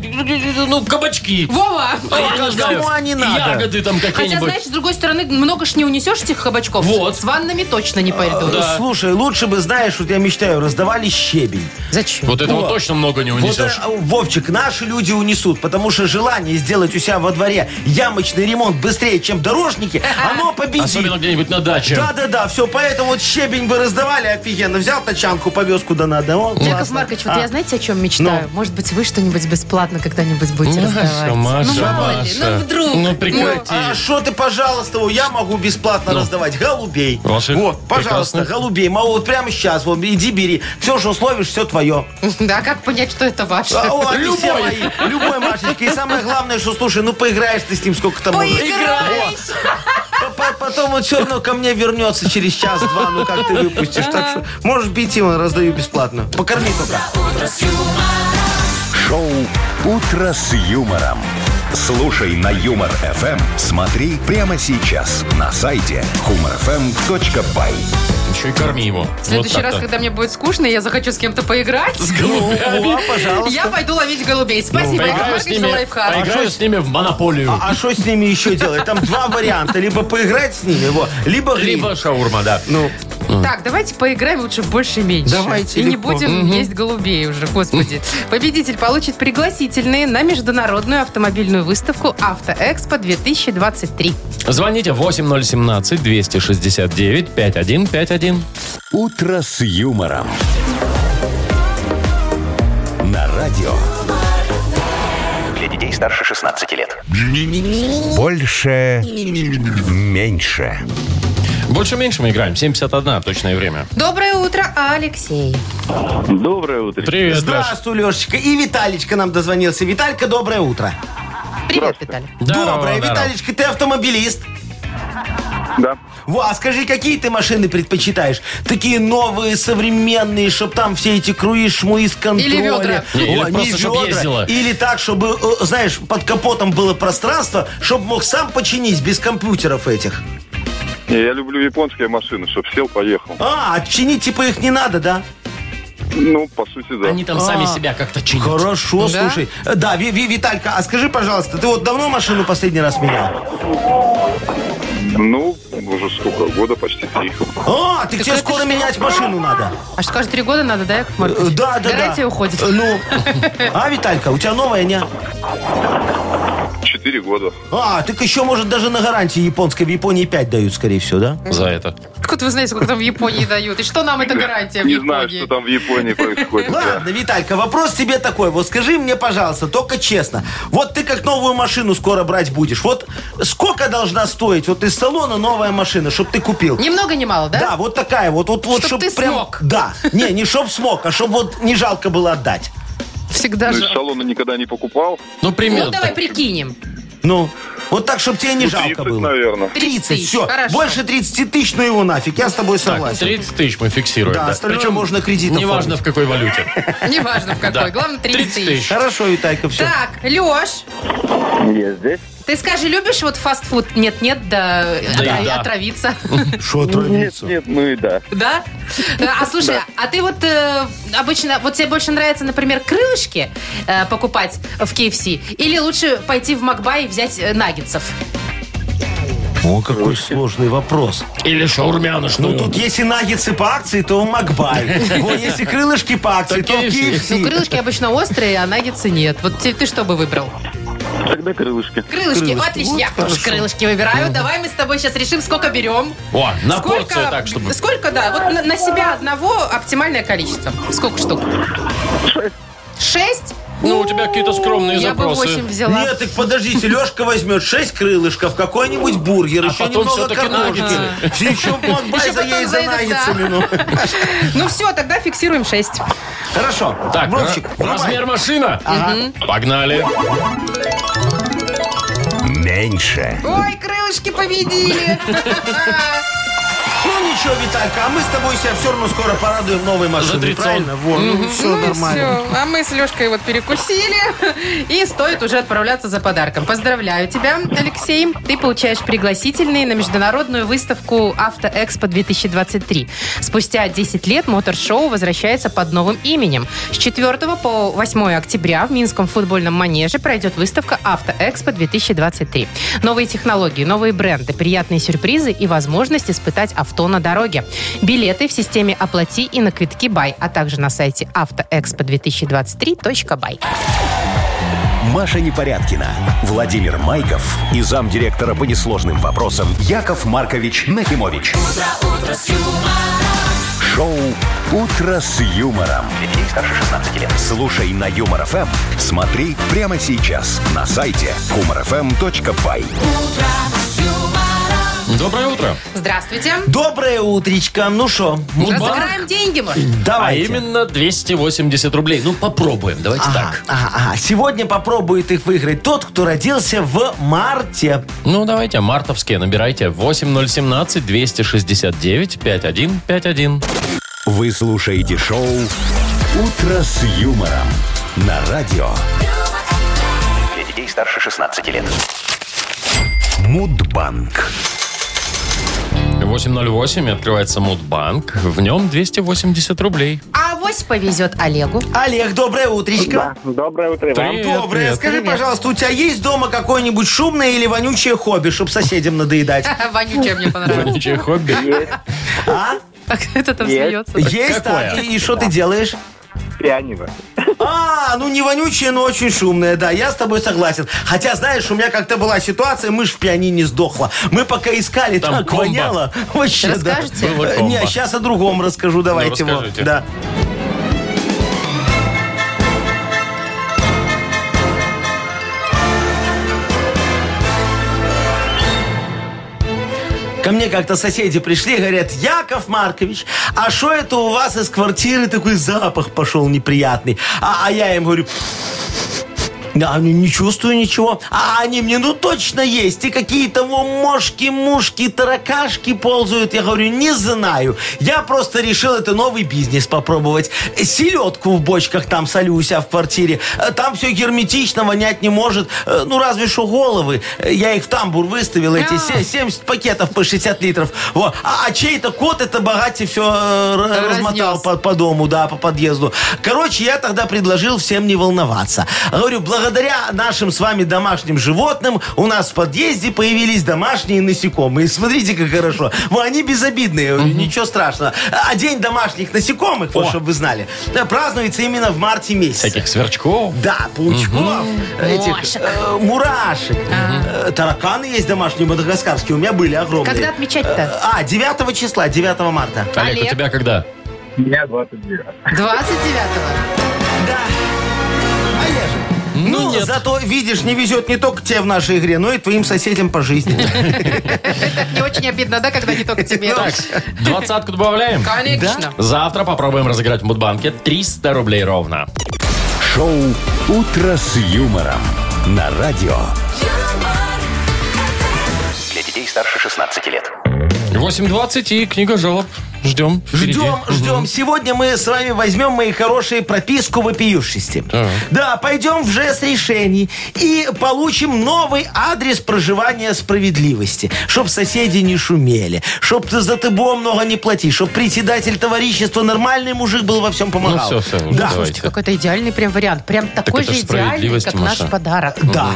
[SPEAKER 2] ну кабачки.
[SPEAKER 3] Вова!
[SPEAKER 2] А, я не знаю,
[SPEAKER 4] кому они надо?
[SPEAKER 2] Ягоды там
[SPEAKER 3] Хотя,
[SPEAKER 2] какие-нибудь.
[SPEAKER 3] знаешь, с другой стороны, много ж не унесешь этих кабачков.
[SPEAKER 2] Вот.
[SPEAKER 3] С ваннами точно не пойдут.
[SPEAKER 2] да.
[SPEAKER 4] Слушай, лучше бы, знаешь, вот я мечтаю, раздавали щебень.
[SPEAKER 3] Зачем?
[SPEAKER 2] Вот этого точно много не
[SPEAKER 4] Вот,
[SPEAKER 2] унесешь.
[SPEAKER 4] э, Вовчик, наши люди унесут, потому что желание сделать у себя во дворе ямочный ремонт быстрее, чем дорожники, оно победит.
[SPEAKER 2] Особенно где-нибудь на даче.
[SPEAKER 4] Да-да-да, все, поэтому вот щебень бы раздавали офигенно. Взял тачанку, повез куда надо. О,
[SPEAKER 3] Яков
[SPEAKER 4] классно.
[SPEAKER 3] Маркович, вот
[SPEAKER 4] А.
[SPEAKER 3] я знаете, о чем мечтаю? Может быть, вы что-нибудь бесплатно когда-нибудь будете
[SPEAKER 2] Ну. Маша,
[SPEAKER 3] раздавать?
[SPEAKER 2] Маша,
[SPEAKER 3] ну, мало ли,
[SPEAKER 2] Маша.
[SPEAKER 3] ну, вдруг.
[SPEAKER 2] Ну, прекрати.
[SPEAKER 4] А что ты, пожалуйста, о, я могу бесплатно раздавать голубей.
[SPEAKER 2] Ваши
[SPEAKER 4] Вот, пожалуйста,
[SPEAKER 2] прекрасных.
[SPEAKER 4] голубей. Могу вот прямо сейчас, вот иди бери. Все, что словишь, все твое.
[SPEAKER 3] Ну, да, как понять, что это ваше?
[SPEAKER 4] А, о, они все
[SPEAKER 2] Любой.
[SPEAKER 4] мои. Любой, Машечка. И самое главное, что, слушай, ну поиграешь ты с ним сколько там можно.
[SPEAKER 3] Поиграешь!
[SPEAKER 4] По- по- Потом он все равно ко мне вернется через час-два, ну как ты выпустишь. Так что можешь бить его, раздаю бесплатно. Покорми только.
[SPEAKER 1] Шоу «Утро с юмором». Слушай на Юмор ФМ. Смотри прямо сейчас на сайте humorfm.by.
[SPEAKER 2] Еще и корми его.
[SPEAKER 3] В следующий раз, когда мне будет скучно, и я захочу с кем-то поиграть.
[SPEAKER 4] Ну, а,
[SPEAKER 3] Я
[SPEAKER 4] пожалуйста.
[SPEAKER 3] пойду ловить голубей. Спасибо, Яков
[SPEAKER 2] Поиграю Ну, с
[SPEAKER 3] Маркович, за
[SPEAKER 2] ними,
[SPEAKER 3] лайфхак.
[SPEAKER 2] поиграю с ними в монополию.
[SPEAKER 4] А что с ними еще делать? Там два варианта. Либо поиграть с ними, вот, либо гриль.
[SPEAKER 2] Либо шаурма, да.
[SPEAKER 4] Ну,
[SPEAKER 3] Так, давайте поиграем лучше в больше-меньше.
[SPEAKER 4] Давайте,
[SPEAKER 3] И не
[SPEAKER 4] легко.
[SPEAKER 3] будем есть голубей уже, господи. Победитель получит пригласительные на международную автомобильную выставку «Автоэкспо-2023».
[SPEAKER 2] Звоните 8017-269-5151.
[SPEAKER 1] «Утро с юмором». На радио
[SPEAKER 5] Для детей старше 16 лет.
[SPEAKER 1] «Больше, меньше».
[SPEAKER 2] Больше-меньше мы играем. 71 точное время.
[SPEAKER 3] Доброе утро, Алексей.
[SPEAKER 7] Доброе утро.
[SPEAKER 2] Привет, Леш.
[SPEAKER 4] здравствуй, Лешечка. И Виталичка нам дозвонился. Виталька, доброе утро.
[SPEAKER 3] Привет, Виталий.
[SPEAKER 2] Здорово,
[SPEAKER 4] доброе,
[SPEAKER 2] здорово.
[SPEAKER 4] Виталичка, ты автомобилист?
[SPEAKER 7] Да.
[SPEAKER 4] Во, а скажи, какие ты машины предпочитаешь? Такие новые, современные, чтоб там все эти круиз, шмуи с контроля.
[SPEAKER 3] Или ведра.
[SPEAKER 2] Не, или просто чтоб ездила.
[SPEAKER 4] Или так, чтобы, э, знаешь, под капотом было пространство, чтобы мог сам починить без компьютеров этих.
[SPEAKER 7] Не, Я люблю японские машины, чтобы сел, поехал.
[SPEAKER 4] А, отчинить типа их не надо, да?
[SPEAKER 7] Ну, по сути, да.
[SPEAKER 2] Они там
[SPEAKER 4] А.
[SPEAKER 2] сами себя как-то чинят.
[SPEAKER 4] Хорошо,
[SPEAKER 3] Да?
[SPEAKER 4] слушай. Э, Да, Ви- Ви- Виталька, а скажи, пожалуйста, ты вот давно машину последний раз менял?
[SPEAKER 7] Ну, уже сколько, года почти три.
[SPEAKER 4] А, ты тебе
[SPEAKER 3] это
[SPEAKER 4] скоро
[SPEAKER 3] что?
[SPEAKER 4] менять машину надо.
[SPEAKER 3] А что, каждые три года надо, да, Яков
[SPEAKER 4] Э,
[SPEAKER 3] Маркович?
[SPEAKER 4] Да, да, да.
[SPEAKER 3] Гарантия уходит.
[SPEAKER 4] Э, Ну, а, Виталька, у тебя новая, не?
[SPEAKER 7] Четыре года.
[SPEAKER 4] А, так еще, может, даже на гарантии японской в Японии 5 дают, скорее всего, да?
[SPEAKER 2] За это. Ну,
[SPEAKER 3] Откуда вы знаете, сколько там в Японии дают? И что нам эта гарантия в
[SPEAKER 7] Не знаю,
[SPEAKER 3] Японии?
[SPEAKER 7] что там в Японии происходит. да. Ну,
[SPEAKER 4] Ладно, Виталька, вопрос тебе такой. Вот скажи мне, пожалуйста, только честно. Вот ты как новую машину скоро брать будешь. Вот сколько должна стоить вот из салона новая машина, чтобы ты купил?
[SPEAKER 3] Ни много, ни мало, да?
[SPEAKER 4] Да, вот такая вот. вот, вот
[SPEAKER 3] Чтоб
[SPEAKER 4] чтоб
[SPEAKER 3] ты
[SPEAKER 4] прям...
[SPEAKER 3] смог.
[SPEAKER 4] Да. Не, не чтоб смог, а чтоб вот не жалко было отдать.
[SPEAKER 3] Всегда
[SPEAKER 7] Ну,
[SPEAKER 3] же.
[SPEAKER 7] из салона никогда не покупал.
[SPEAKER 2] Ну, примерно.
[SPEAKER 3] Ну, давай прикинем.
[SPEAKER 4] Ну, вот так, чтобы тебе не
[SPEAKER 7] Ну,
[SPEAKER 4] жалко
[SPEAKER 7] 30,
[SPEAKER 4] было.
[SPEAKER 7] наверное.
[SPEAKER 4] 30, все.
[SPEAKER 3] Хорошо.
[SPEAKER 4] Больше 30 тысяч, ну его нафиг. Я с тобой
[SPEAKER 2] Так,
[SPEAKER 4] согласен.
[SPEAKER 2] 30 тысяч мы фиксируем.
[SPEAKER 4] Да, остальное
[SPEAKER 2] Причем
[SPEAKER 4] можно кредитом
[SPEAKER 2] Неважно в
[SPEAKER 4] оформить.
[SPEAKER 2] какой валюте.
[SPEAKER 3] Неважно в
[SPEAKER 2] Да.
[SPEAKER 3] какой. Главное, 30 тысяч.
[SPEAKER 4] Хорошо, Виталька, все.
[SPEAKER 3] Так, Леш.
[SPEAKER 7] Я здесь.
[SPEAKER 3] Ты скажи, любишь вот фастфуд? Нет-нет, да,
[SPEAKER 2] Да,
[SPEAKER 3] отра-
[SPEAKER 2] да.
[SPEAKER 3] отравиться.
[SPEAKER 4] Что
[SPEAKER 7] Нет, нет, ну и да.
[SPEAKER 3] Да? А слушай, а ты вот э, обычно, вот тебе больше нравится, например, крылышки э, покупать в KFC? Или лучше пойти в Макбай и взять э, наггетсов?
[SPEAKER 4] О, какой сложный вопрос.
[SPEAKER 2] Или шаурмянушную.
[SPEAKER 4] Ну, тут если наггетсы по акции, то в Макбай. Вот если крылышки по акции, то в
[SPEAKER 2] Так KFC.
[SPEAKER 3] Ну,
[SPEAKER 4] KFC.
[SPEAKER 3] крылышки обычно острые, а наггетсы нет. Вот те- ты что бы выбрал?
[SPEAKER 7] Тогда крылышки.
[SPEAKER 3] Крылышки, отлично. я тоже крылышки выбираю. Давай мы с тобой сейчас решим, сколько берем.
[SPEAKER 2] О, на порцию так, чтобы...
[SPEAKER 3] Сколько, да, вот на, на себя одного оптимальное количество. Сколько штук? Шесть?
[SPEAKER 2] Ну, у тебя какие-то скромные
[SPEAKER 3] я
[SPEAKER 2] запросы.
[SPEAKER 3] бы восемь взяла.
[SPEAKER 4] Нет, так подождите, Лешка возьмет 6 крылышков, какой-нибудь бургер, еще
[SPEAKER 2] А потом
[SPEAKER 4] немного
[SPEAKER 2] всё-таки
[SPEAKER 4] картошки. Все еще в Макбай
[SPEAKER 3] Еще потом
[SPEAKER 4] заедет за
[SPEAKER 3] заедут, да.
[SPEAKER 4] наггетсами. ну.
[SPEAKER 3] Ну все, тогда фиксируем шесть.
[SPEAKER 4] Хорошо.
[SPEAKER 2] Так,
[SPEAKER 4] Вовчик,
[SPEAKER 2] ра-
[SPEAKER 4] врубай.
[SPEAKER 2] размер машина. Погнали.
[SPEAKER 1] Меньше.
[SPEAKER 3] Ой, крылышки победили.
[SPEAKER 4] Ну ничего, Виталька, а мы с тобой себя все равно скоро порадуем новой машиной,
[SPEAKER 2] тридцать.
[SPEAKER 4] правильно? Вот, ну все
[SPEAKER 3] Ну и
[SPEAKER 4] нормально.
[SPEAKER 3] всё. А мы с Лешкой вот перекусили. И стоит уже отправляться за подарком. Поздравляю тебя, Алексей. Ты получаешь пригласительные на международную выставку «Автоэкспо 2023». Спустя 10 лет мотор-шоу возвращается под новым именем. С 4 по 8 октября в Минском футбольном манеже пройдет выставка «Автоэкспо 2023». Новые технологии, новые бренды, приятные сюрпризы и возможность испытать авто на дороге. Билеты в системе «Оплати» и на квитки «Бай», а также на сайте автоэкспо2023.бай.
[SPEAKER 1] Маша Непорядкина, Владимир Майков и замдиректора по несложным вопросам Яков Маркович Нахимович. Шоу Утро с юмором.
[SPEAKER 5] Детей старше 16 лет.
[SPEAKER 1] Слушай на Юмор ФМ. Смотри прямо сейчас на сайте humorfm.by.
[SPEAKER 2] Доброе утро.
[SPEAKER 3] Здравствуйте.
[SPEAKER 4] Доброе утречко. Ну что,
[SPEAKER 3] Разыграем деньги, может?
[SPEAKER 2] А
[SPEAKER 4] давайте.
[SPEAKER 2] именно 280 рублей. Ну, попробуем. Давайте
[SPEAKER 4] Ага,
[SPEAKER 2] так.
[SPEAKER 4] ага, ага. Сегодня попробует их выиграть тот, кто родился в марте.
[SPEAKER 2] Ну, давайте, мартовские набирайте. 8017-269-5151.
[SPEAKER 1] Вы слушаете шоу Утро с юмором на радио
[SPEAKER 5] Для детей старше 16 лет.
[SPEAKER 1] Мудбанк.
[SPEAKER 2] 808 и открывается Мудбанк. В нем 280 рублей.
[SPEAKER 3] А авось повезет Олегу.
[SPEAKER 4] Олег, доброе утречко.
[SPEAKER 7] Доброе утро вам.
[SPEAKER 2] Привет,
[SPEAKER 4] доброе.
[SPEAKER 2] привет.
[SPEAKER 4] Скажи, пожалуйста, у тебя есть дома какое-нибудь шумное или вонючее хобби, чтобы соседям надоедать?
[SPEAKER 3] Вонючая мне понравилась.
[SPEAKER 2] Вонючее хобби.
[SPEAKER 7] Есть
[SPEAKER 4] А?
[SPEAKER 3] Так это там
[SPEAKER 7] Нет.
[SPEAKER 3] смеется.
[SPEAKER 4] Есть
[SPEAKER 2] Какое?
[SPEAKER 4] так? И, и что ты делаешь?
[SPEAKER 7] пианино.
[SPEAKER 4] А, ну не вонючее, но очень шумное, да, я с тобой согласен. Хотя, знаешь, у меня как-то была ситуация, мышь в пианине сдохла. Мы пока искали,
[SPEAKER 2] Там
[SPEAKER 4] так
[SPEAKER 2] комбо.
[SPEAKER 4] воняло. Вообще, да.
[SPEAKER 3] Расскажете?
[SPEAKER 2] Было
[SPEAKER 4] Э,
[SPEAKER 2] комбо.
[SPEAKER 4] Не, сейчас о другом расскажу, давайте. вот,
[SPEAKER 2] расскажите.
[SPEAKER 4] да. Ко мне как-то соседи пришли, говорят, Яков Маркович, а что это у вас из квартиры такой запах пошел неприятный? А, а я им говорю, да, ну, не чувствую ничего. А они мне, ну точно есть. И какие-то во, мошки, мушки, таракашки ползают. Я говорю, не знаю. Я просто решил это новый бизнес попробовать. Селедку в бочках там солю у себя в квартире. Э, Там все герметично, вонять не может. Э, Ну, разве что головы. Э, Я их в тамбур выставил, эти
[SPEAKER 3] А.
[SPEAKER 4] се- 70 пакетов по 60 литров. Во. А, а чей-то кот это богате все размотал
[SPEAKER 3] Разнес.
[SPEAKER 4] по, по дому, да, по подъезду. Короче, я тогда предложил всем не волноваться. Говорю, благодаря нашим с вами домашним животным у нас в подъезде появились домашние насекомые. Смотрите, как хорошо. Во, они безобидные, ничего страшного. А день домашних насекомых, вот,
[SPEAKER 2] О.
[SPEAKER 4] чтобы вы знали, э, празднуется именно в марте месяце.
[SPEAKER 2] Всяких сверчков.
[SPEAKER 4] Да, паучков, этих
[SPEAKER 3] Мошек.
[SPEAKER 4] э, мурашек. Э, Тараканы есть домашние, мадагаскарские, у меня были огромные.
[SPEAKER 3] Когда отмечать-то?
[SPEAKER 4] А, 9 числа, 9 марта.
[SPEAKER 2] Олег,
[SPEAKER 3] Олег.
[SPEAKER 2] у тебя когда?
[SPEAKER 7] У меня 29.
[SPEAKER 3] 29-го.
[SPEAKER 4] Да. Олежек, Ну,
[SPEAKER 2] нет.
[SPEAKER 4] зато, видишь, не везет не только тебе в нашей игре, но и твоим соседям по жизни.
[SPEAKER 3] Не очень обидно, да, когда не только тебе?
[SPEAKER 4] Так.
[SPEAKER 2] Двадцатку добавляем.
[SPEAKER 3] Конечно.
[SPEAKER 2] Завтра попробуем разыграть в Мудбанке 300 рублей ровно.
[SPEAKER 1] Шоу Утро с юмором на радио
[SPEAKER 5] Для детей старше 16 лет.
[SPEAKER 2] 8.20 и книга жалоб. Ждем. впереди.
[SPEAKER 4] Ждем,
[SPEAKER 2] Мгм.
[SPEAKER 4] ждем. Сегодня мы с вами возьмем, мои хорошие, прописку вопиющести.
[SPEAKER 2] Ага.
[SPEAKER 4] Да, пойдем в ЖЭС решений и получим новый адрес проживания справедливости. Чтоб соседи не шумели, чтоб за ТБО много не плати, чтоб председатель товарищества нормальный мужик был во всем
[SPEAKER 2] Ну
[SPEAKER 4] помогал.
[SPEAKER 2] все, все, уже
[SPEAKER 4] да.
[SPEAKER 2] давайте.
[SPEAKER 3] Какой-то идеальный прям вариант. Прям такой
[SPEAKER 2] это
[SPEAKER 3] же
[SPEAKER 2] ж
[SPEAKER 3] идеальный,
[SPEAKER 2] справедливость,
[SPEAKER 3] как
[SPEAKER 2] Маша.
[SPEAKER 3] наш подарок.
[SPEAKER 4] Да.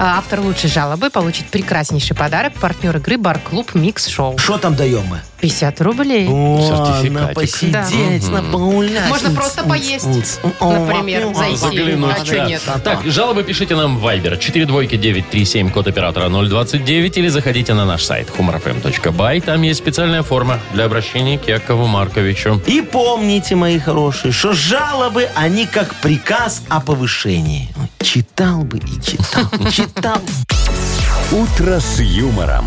[SPEAKER 3] А, Автор лучшей жалобы получит прекраснейший подарок. Партнер игры «Бар-клуб Микс Шоу».
[SPEAKER 4] Что там даем мы?
[SPEAKER 3] 50 рублей.
[SPEAKER 2] Сертификатик.
[SPEAKER 4] на посидеть,
[SPEAKER 3] Да.
[SPEAKER 4] на погулять.
[SPEAKER 3] Можно просто поесть, например, зайти.
[SPEAKER 2] Заглянуть,
[SPEAKER 3] А чё
[SPEAKER 2] да.
[SPEAKER 3] нет?
[SPEAKER 2] Так, жалобы пишите нам в Viber 42937, код оператора 029, или заходите на наш сайт humorfm.by. Там есть специальная форма для обращения к Якову Марковичу.
[SPEAKER 4] И помните, мои хорошие, что жалобы, они как приказ о повышении. Ну, Читал бы и читал, читал.
[SPEAKER 1] «Утро с юмором»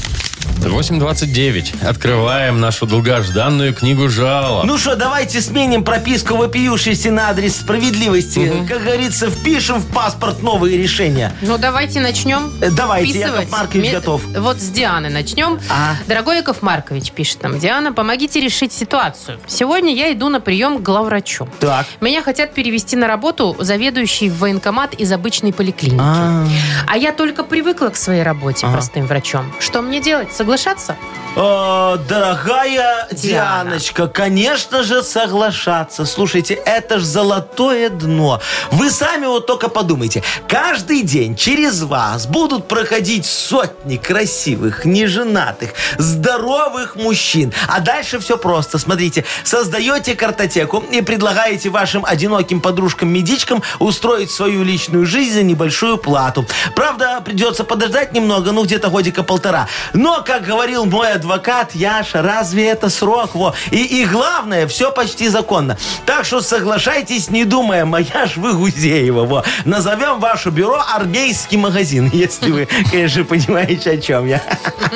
[SPEAKER 2] 8.29. Открываем нашу долгожданную книгу жалоб.
[SPEAKER 4] Ну что, давайте сменим прописку вопиющести на адрес справедливости. Как говорится, впишем в паспорт новые решения.
[SPEAKER 3] Ну, давайте начнем.
[SPEAKER 4] Э, давайте,
[SPEAKER 3] вписывать.
[SPEAKER 4] Яков Маркович готов.
[SPEAKER 3] Вот с Дианы начнем.
[SPEAKER 4] А.
[SPEAKER 3] Дорогой Яков Маркович, пишет нам, Диана, помогите решить ситуацию. Сегодня я иду на прием к главврачу.
[SPEAKER 4] Так.
[SPEAKER 3] Меня хотят перевести на работу заведующий в военкомат из обычной поликлиники. А, я только привыкла к своей работе простым врачом. Что мне делать? Соглашаться?
[SPEAKER 4] Э, дорогая
[SPEAKER 3] Диана.
[SPEAKER 4] Дианочка, конечно же, соглашаться. Слушайте, это ж золотое дно. Вы сами вот только подумайте. Каждый день через вас будут проходить сотни красивых, неженатых, здоровых мужчин. А дальше все просто. Смотрите, создаете картотеку и предлагаете вашим одиноким подружкам-медичкам устроить свою личную жизнь за небольшую плату. Правда, придется подождать немного, ну где-то годика полтора. Но, как говорил мой адвокат, Яша, разве это срок? Во. И, и главное, все почти законно. Так что соглашайтесь, не думая, моя ж вы Гузеева. Во. Назовем ваше бюро армейский магазин, если вы, конечно, понимаете, о чем я.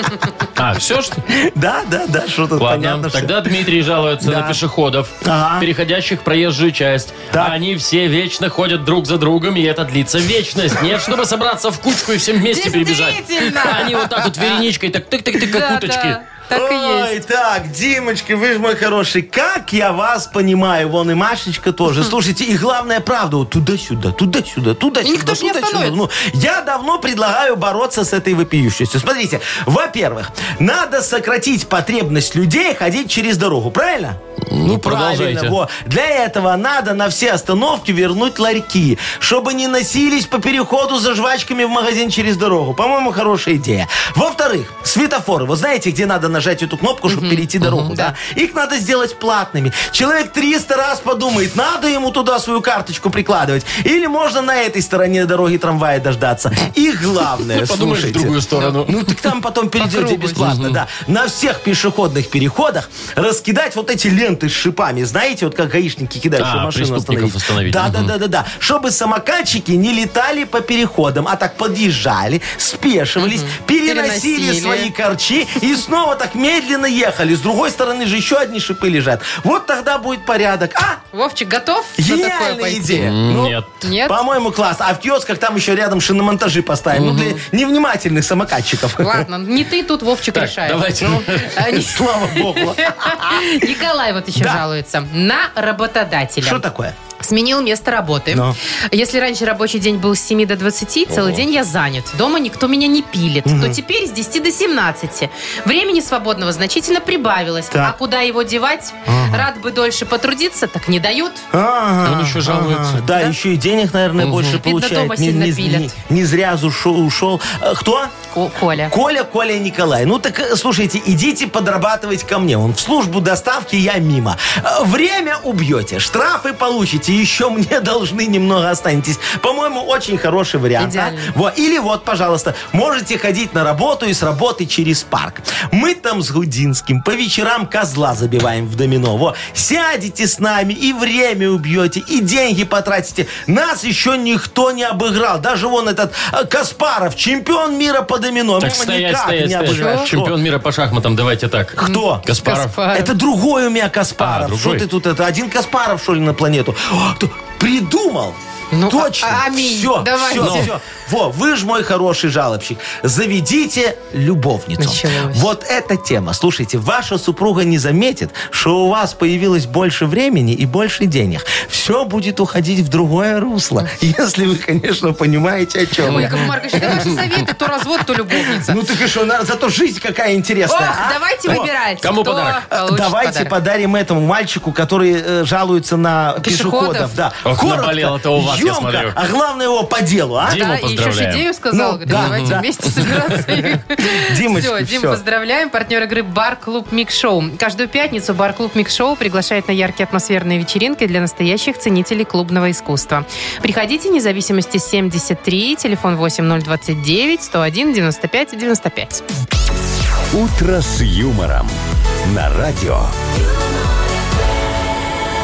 [SPEAKER 2] А, все что? ли?
[SPEAKER 4] Да, да, да, что тут
[SPEAKER 2] Ладно,
[SPEAKER 4] понятно. что-
[SPEAKER 2] тогда Дмитрий жалуется
[SPEAKER 4] Да.
[SPEAKER 2] на пешеходов,
[SPEAKER 4] Ага.
[SPEAKER 2] переходящих в проезжую часть.
[SPEAKER 4] Так.
[SPEAKER 2] А Они все вечно ходят друг за другом, и это длится вечность. Нет, чтобы собраться в кучку и всем вместе перебежать.
[SPEAKER 3] Действительно!
[SPEAKER 2] А Они вот так вот вереничкой, так тык-тык-тык, как
[SPEAKER 3] Да,
[SPEAKER 2] уточки.
[SPEAKER 3] да, так и
[SPEAKER 4] Ой,
[SPEAKER 3] есть.
[SPEAKER 4] так, Димочка, вы же мой хороший, как я вас понимаю, вон и Машечка тоже. Слушайте, и главное, правда, вот туда-сюда, туда-сюда, туда-сюда.
[SPEAKER 3] никто ж не
[SPEAKER 4] туда-сюда.
[SPEAKER 3] остановится.
[SPEAKER 4] Ну, я давно предлагаю бороться с этой вопиющестью. Смотрите, во-первых, надо сократить потребность людей ходить через дорогу, правильно?
[SPEAKER 2] Ну,
[SPEAKER 4] Правильно,
[SPEAKER 2] продолжайте.
[SPEAKER 4] во. Для этого надо на все остановки вернуть ларьки, чтобы не носились по переходу за жвачками в магазин через дорогу. По-моему, хорошая идея. Во-вторых, светофоры. Вот знаете, где надо нажать эту кнопку, чтобы перейти дорогу, да? Их надо сделать платными. Человек 300 раз подумает, надо ему туда свою карточку прикладывать. Или можно на этой стороне дороги трамвая дождаться. И главное,
[SPEAKER 2] Подумаешь, в
[SPEAKER 4] слушайте.
[SPEAKER 2] другую сторону.
[SPEAKER 4] Ну, так там потом перейдете бесплатно, да. На всех пешеходных переходах раскидать вот эти ленты с шипами. Знаете, вот как гаишники кидают,
[SPEAKER 2] А,
[SPEAKER 4] чтобы машину
[SPEAKER 2] преступников остановить.
[SPEAKER 4] остановить. Да, да,
[SPEAKER 2] Мгм.
[SPEAKER 4] да, да, да. Чтобы самокатчики не летали по переходам, а так подъезжали, спешивались, переносили,
[SPEAKER 3] Переносили.
[SPEAKER 4] свои корчи и снова так медленно ехали. С другой стороны же еще одни шипы лежат. Вот тогда будет порядок. А,
[SPEAKER 3] Вовчик, готов на такое
[SPEAKER 4] Гениальная
[SPEAKER 3] пойти?
[SPEAKER 4] идея. Ну,
[SPEAKER 2] Нет.
[SPEAKER 3] Нет?
[SPEAKER 4] По-моему, класс. А в киосках там еще рядом шиномонтажи поставим. Ну, для невнимательных самокатчиков.
[SPEAKER 3] Ладно, не ты тут, Вовчик,
[SPEAKER 2] Так,
[SPEAKER 3] решаешь.
[SPEAKER 2] давайте.
[SPEAKER 3] А, не-
[SPEAKER 4] Слава богу.
[SPEAKER 3] Николай вот еще
[SPEAKER 4] Да.
[SPEAKER 3] жалуется на работодателя.
[SPEAKER 4] Что такое?
[SPEAKER 3] Сменил место работы.
[SPEAKER 4] Ну.
[SPEAKER 3] Если раньше рабочий день был с 7 до 20, целый день я занят. Дома никто меня не пилит. То теперь с 10 до 17. Времени свободного значительно прибавилось.
[SPEAKER 4] Так.
[SPEAKER 3] А куда его девать? Рад бы дольше потрудиться, так не дают.
[SPEAKER 4] Он
[SPEAKER 2] еще жалуется.
[SPEAKER 4] Да, еще и денег, наверное, больше
[SPEAKER 3] Видно,
[SPEAKER 4] получает.
[SPEAKER 3] дома
[SPEAKER 4] Не-
[SPEAKER 3] сильно
[SPEAKER 4] не-
[SPEAKER 3] пилят.
[SPEAKER 4] не- Не зря ушел. ушел. Э, Кто?
[SPEAKER 3] Ко- Коля.
[SPEAKER 4] Коля, Коля и Николай. Ну так, э, слушайте, идите подрабатывать ко мне. Он в службу доставки, я мимо. Э, Время убьете, штрафы получите, еще мне должны немного останетесь. По-моему, очень хороший вариант. а?
[SPEAKER 3] Идеально.
[SPEAKER 4] Во, или вот, пожалуйста, можете ходить на работу и с работы через парк. Мы там с Гудинским по вечерам козла забиваем в домино. Во, сядете с нами и время убьете, и деньги потратите. Нас еще никто не обыграл. Даже вон этот э, Каспаров, чемпион мира по домино.
[SPEAKER 2] Так,
[SPEAKER 4] Мимо
[SPEAKER 2] стоять,
[SPEAKER 4] ну, никак
[SPEAKER 2] стоять,
[SPEAKER 4] не
[SPEAKER 2] стоять.
[SPEAKER 4] обыграешь.
[SPEAKER 2] Чемпион мира по шахматам, давайте так.
[SPEAKER 4] Кто?
[SPEAKER 2] Каспаров.
[SPEAKER 3] Каспаров.
[SPEAKER 4] Это другой у меня
[SPEAKER 2] А,
[SPEAKER 4] Каспаров.
[SPEAKER 2] другой.
[SPEAKER 4] Что ты тут? Это один Каспаров, что ли, на планету? О, кто? Придумал!
[SPEAKER 3] Ну,
[SPEAKER 4] Точно.
[SPEAKER 3] а- аминь.
[SPEAKER 4] Все,
[SPEAKER 3] Давайте.
[SPEAKER 4] все, все. Во, вы же мой хороший жалобщик. Заведите любовницу.
[SPEAKER 3] Началось.
[SPEAKER 4] Вот эта тема. Слушайте, ваша супруга не заметит, что у вас появилось больше времени и больше денег. Все будет уходить в другое русло. Если вы, конечно, понимаете, о чем
[SPEAKER 3] Ой,
[SPEAKER 4] я.
[SPEAKER 3] Яков Маркович, это ваши советы, то развод, то любовница.
[SPEAKER 4] Ну так и что, на- зато жизнь какая
[SPEAKER 3] Ох,
[SPEAKER 4] интересная. а?
[SPEAKER 3] давайте
[SPEAKER 4] О,
[SPEAKER 3] выбирать.
[SPEAKER 2] Кому
[SPEAKER 3] кто
[SPEAKER 2] подарок?
[SPEAKER 3] получит
[SPEAKER 4] Давайте
[SPEAKER 3] А, подарок.
[SPEAKER 4] подарим этому мальчику, который э, жалуется на
[SPEAKER 3] Пешеходов?
[SPEAKER 4] пешеходов. да.
[SPEAKER 2] Ох, наболело-то у вас, я
[SPEAKER 4] ёмко,
[SPEAKER 2] смотрю.
[SPEAKER 4] а главное его по делу, а?
[SPEAKER 2] Ди- Диму
[SPEAKER 3] да, и еще
[SPEAKER 2] поздравляем.
[SPEAKER 3] же идею сказал,
[SPEAKER 4] Ну,
[SPEAKER 3] говорит,
[SPEAKER 4] да,
[SPEAKER 3] давайте
[SPEAKER 4] да.
[SPEAKER 3] вместе собираться.
[SPEAKER 4] Димочка,
[SPEAKER 3] все, Дим,
[SPEAKER 4] всё.
[SPEAKER 3] поздравляем. Партнер игры «Бар-клуб Микшоу». Каждую пятницу «Бар-клуб Микшоу» приглашает на яркие атмосферные вечеринки для настоящих ценителей клубного искусства. Приходите, независимости 73, телефон 8029 101 95 95.
[SPEAKER 1] «Утро с юмором» на радио.